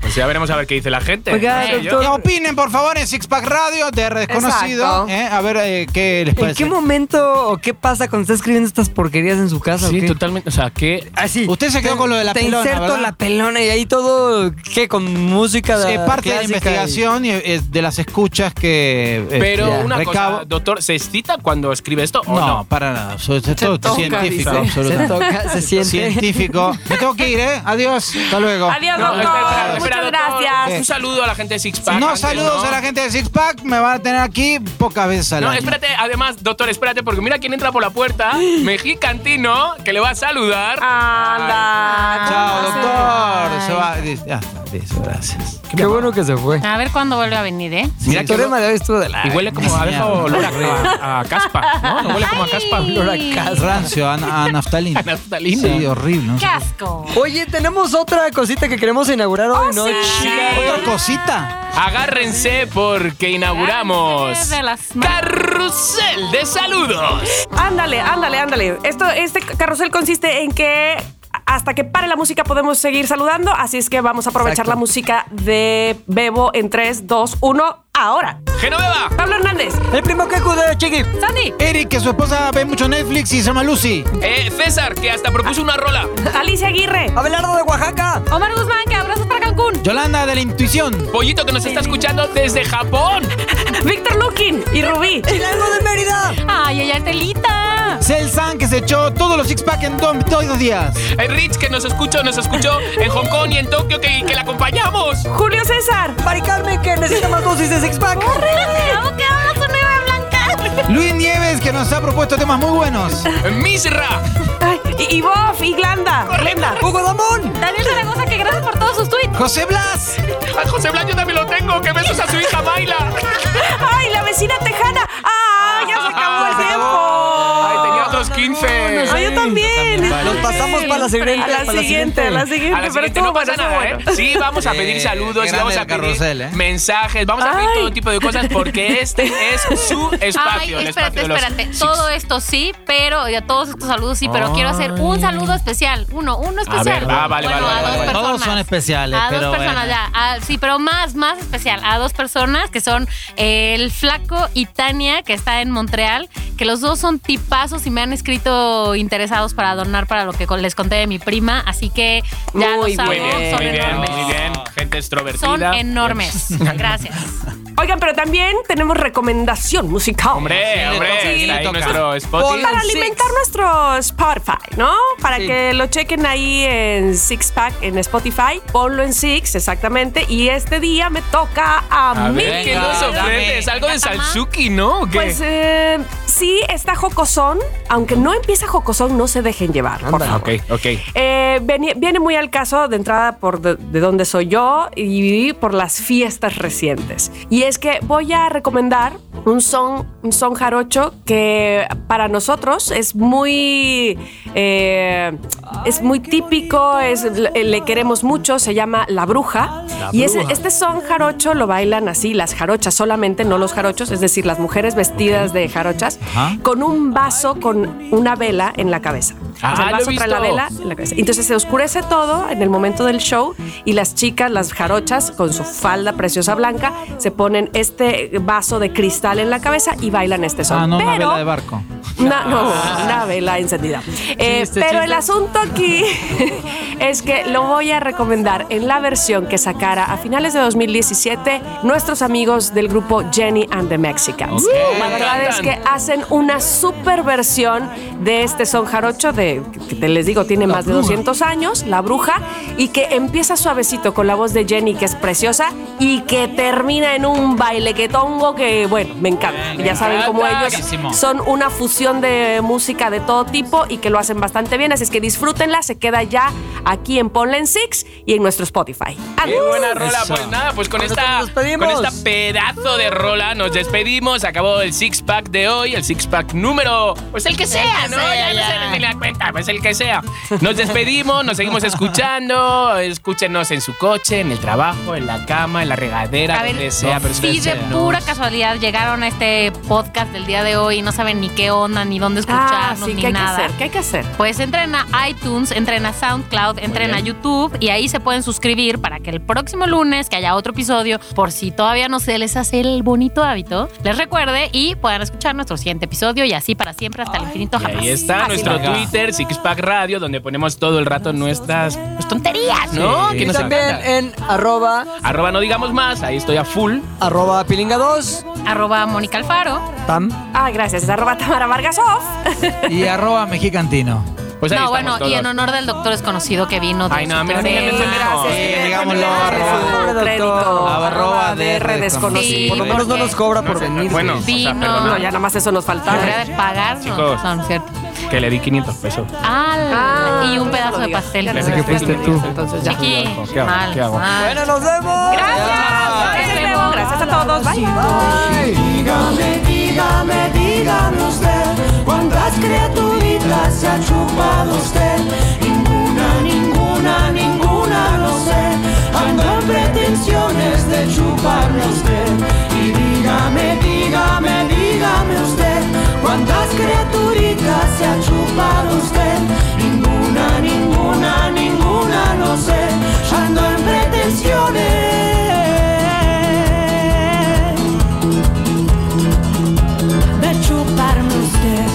Pues ya veremos a ver qué dice la gente. Oiga, No sé yo. Y opinen por favor en Sixpack Radio de Desconocido, Exacto. ¿eh? a ver eh, qué les ¿En qué parece. momento o qué pasa cuando está escribiendo estas porquerías en su casa? o Sí, qué? totalmente. O sea, que. Así. Usted se quedó Te- con lo de la te pelona, inserto ¿verdad? la pelona y ahí todo, ¿qué? Con música de Es parte de la clásica investigación y eh, de las escuchas que eh, Pero eh, una recabo. cosa, doctor, ¿se excita cuando escribe esto o no, no? para nada. Eso es todo toca, dice. científico, Se y- Se absolutamente. toca, se siente. Científico. Me tengo que ir, ¿eh? Adiós. Hasta luego. Adiós, No, doctor. espera, espera, Muchas espera, doctor. gracias. Un saludo a la gente de Sixpack. No antes, saludos ¿no? a la gente de Sixpack, me van a tener aquí pocas veces al No, año. espérate, además, doctor, espérate, porque mira quién entra por la puerta. Mexicantino, que le va a saludar. Ah, Anda. Chao, doctor. Ay. Se va. Dice- ah, dice, gracias. Qué bueno que se fue. A ver cuándo vuelve a venir, ¿eh? Mira, el teorema de hoy estuvo de la... Y huele como a, Ay, deja mierda. olor a, a caspa, ¿no? No huele como a caspa. Ay. Olor a Rancio, a, a naftalina. A naftalina. Sí, horrible. ¿no? ¡Qué asco! Oye, tenemos otra cosita que queremos inaugurar Oh, hoy, ¿no, Chiqui? ¿Otra cosita? Agárrense porque inauguramos Agárrense de las manos. Carrusel de Saludos. Ándale, ándale, ándale. Esto, este carrusel consiste en que hasta que pare la música podemos seguir saludando, así es que vamos a aprovechar Exacto. la música de Bebo en 3, 2, 1, ahora. Genoveva, Pablo Hernández, El primo que acude, Chiqui. Sandy, Eric, que su esposa ve mucho Netflix y se llama Lucy. eh, César, que hasta propuso una rola. Alicia Aguirre, Abelardo de Oaxaca. Omar Guzmán, que abrazos para Cancún. Yolanda de la Intuición. Pollito que nos está escuchando desde Japón. Víctor Lukin y Rubí. Chilango de Mérida. ¡Ay, ay, ay, telita! Celsan, que se echó todos los six-pack en dos, todos los días. Eh, Rich, que nos escuchó, nos escuchó en Hong Kong y en Tokio, que, que la acompañamos. Julio César, Mari Carmen, que necesita más dosis de Six Pack. ¡Vamos, que vamos con Nueva Blanca! Luis Nieves, que nos ha propuesto temas muy buenos. Eh, Misra. ay, y, y Bob y Glanda. Glenda. Hugo Damón. Daniel Zaragoza, que gracias por todos sus tweets. José Blas. A José Blanco también lo tengo. Que besos a su hija Baila. ¡Ay, la vecina tejana! ¡Ah, ya se acabó el Se tiempo! Ay, tenía otros 15. Ay, yo también. Vale. Los pasamos para la siguiente. A la para la siguiente, a la siguiente. A la pero siguiente no estuvo pasa bueno, nada, ¿eh? estuvo bueno. Sí, vamos a Eh, pedir saludos y grande vamos a el pedir carrusel, ¿eh? mensajes, vamos a pedir Ay. todo tipo de cosas porque este es su Ay, espacio. el espérate, espacio de los espérate. Six. Todo esto sí, pero ya todos estos saludos sí, pero quiero hacer un saludo especial. Uno, uno especial. ver, ah, vale, Bueno, a vale, vale, dos vale. personas. Todos son especiales, A pero dos personas bueno. ya. Ah, sí, pero más, más especial. A dos personas que son el Flaco y Tania, que está en Montreal, que los dos son tipazos y me han escrito interesados para donar para lo que con- les conté de mi prima. Así que ya Muy los amo, Muy Vamos, bien, son muy bien, enormes. muy bien. Gente extrovertida. Son enormes. Gracias. Oigan, pero también tenemos recomendación musical. ¿eh? Hombre, Sí, hombre, toca, está ahí toca. nuestro Spotify. Hola. Para alimentar nuestro Spotify, ¿no? Para Sí. que lo chequen ahí en Six Pack, en Spotify. Ponlo en Six, exactamente. Y este día me toca a, A mí. ver, ¿qué Venga, nos ofreces? dame. Algo de Venga, tama. Salsuki, ¿no? ¿O qué? Pues eh, sí, está jocosón. Aunque no empieza jocosón, no se dejen llevar, por favor. ok, ok. Eh, veni- viene muy al caso de entrada por de, de dónde soy yo y por las fiestas recientes. Y es que voy a recomendar un son, un son jarocho que para nosotros es muy, eh, es muy típico, es, le le queremos mucho, se llama La Bruja. y ese- este son jarocho lo bailan así, las jarochas solamente, no los jarochos, es decir, las mujeres vestidas de jarochas, Ajá. con un vaso con una vela en la cabeza. Ah, O sea, el lo he vaso trae la visto. vela en la cabeza. Entonces se oscurece todo en el momento del show y las chicas, las jarochas, con su falda preciosa blanca, se ponen este vaso de cristal en la cabeza y bailan este son. Ah, no, pero, una vela de barco. Na- no, una vela encendida. Eh, Chiste, pero el chiste. asunto aquí es que lo voy a recomendar en la versión que sacara a finales de 2017 nuestros amigos del grupo Jenny and the Mexicans. Ok. La verdad es que hacen una super versión de este son jarocho de, que te les digo, tiene más de 200 años, La Bruja, y que empieza suavecito con la voz de Jenny, que es preciosa, y que termina en un baile que tongo que, bueno, me encanta. Me ya saben cómo encanta. ellos Buenísimo. son una fusión de música de todo tipo y que lo hacen bastante bien. Así es que disfrútenla. Se queda ya aquí en Ponla en Six y en nuestro Spotify. ¡Adiós! Qué buena rola. Eso. Pues nada, pues con Con esto esta, nos despedimos. con esta pedazo de rola nos despedimos. Acabó el six pack de hoy, el six pack número. Pues el que sea, ¿no? Ya, no sé ni la cuenta, pues el que sea. Nos despedimos, nos seguimos escuchando. Escúchenos en su coche, en el trabajo, en la cama, en la regadera, A ver, donde sea. pero Si de escúchenos. pura casualidad llegaron a este podcast del día de hoy y no saben ni qué onda, ni dónde Ah, escucharnos, sí, ni ¿qué hay que nada. hacer? ¿Qué hay que hacer? Pues entren a iTunes, entren a SoundCloud, entren a bien. YouTube y ahí se pueden suscribir para que el próximo lunes, que haya otro episodio, por si todavía no se les hace el bonito hábito, les recuerde y puedan escuchar nuestro siguiente episodio y así para siempre hasta el infinito Y jamás. ahí está Así nuestro va. Twitter, Sixpack Radio, donde ponemos todo el rato nuestras pues, tonterías, ¿no? Sí. Que Y nos también encantan. en arroba, Arroba no digamos más, ahí estoy a full. arroba pilinga2, Arroba Mónica Alfaro. tam. Ah, gracias. Es arroba Tamara Vargas Off. Y arroba mexicantino. Pues ahí No, estamos bueno, y todos. en honor del doctor desconocido que vino. de Ay, no, su mira, terapia. mira, mira. Ah, gracias. Sí, Este, Tiene digámoslo, que poner arroba. su crédito. Arroba Arroba DR DR desconocido. desconocido. Por lo Sí, menos no porque- nos cobra por No sé, venir. Bueno, o sea, Vino. No, perdón, ya nada más eso nos faltaba. Debería de pagarnos. Chicos. No, no es cierto. que le di 500 pesos. ¡Ala! y un Ah, no pedazo lo de digas. pastel. Ya no Pensé lo que digas, fuiste ya no tú. lo digas, Entonces ya. Chiqui, ¿Qué hago? mal, ¿Qué hago? mal. Bueno, nos vemos. Gracias. Nos vemos. Nos vemos. Gracias a todos. Bye. Bye. Dígame, dígame, dígame usted cuántas criaturitas se ha chupado usted. Ninguna, ninguna, ninguna, no sé. Ando en pretensiones de chuparme usted. Y dígame, dígame, dígame usted cuántas criaturitas se ha chupado usted. Ninguna, ninguna, ninguna, no sé. Ando en pretensiones de chuparme usted.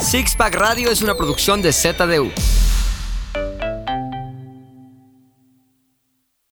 Six Pack Radio es una producción de ZDU.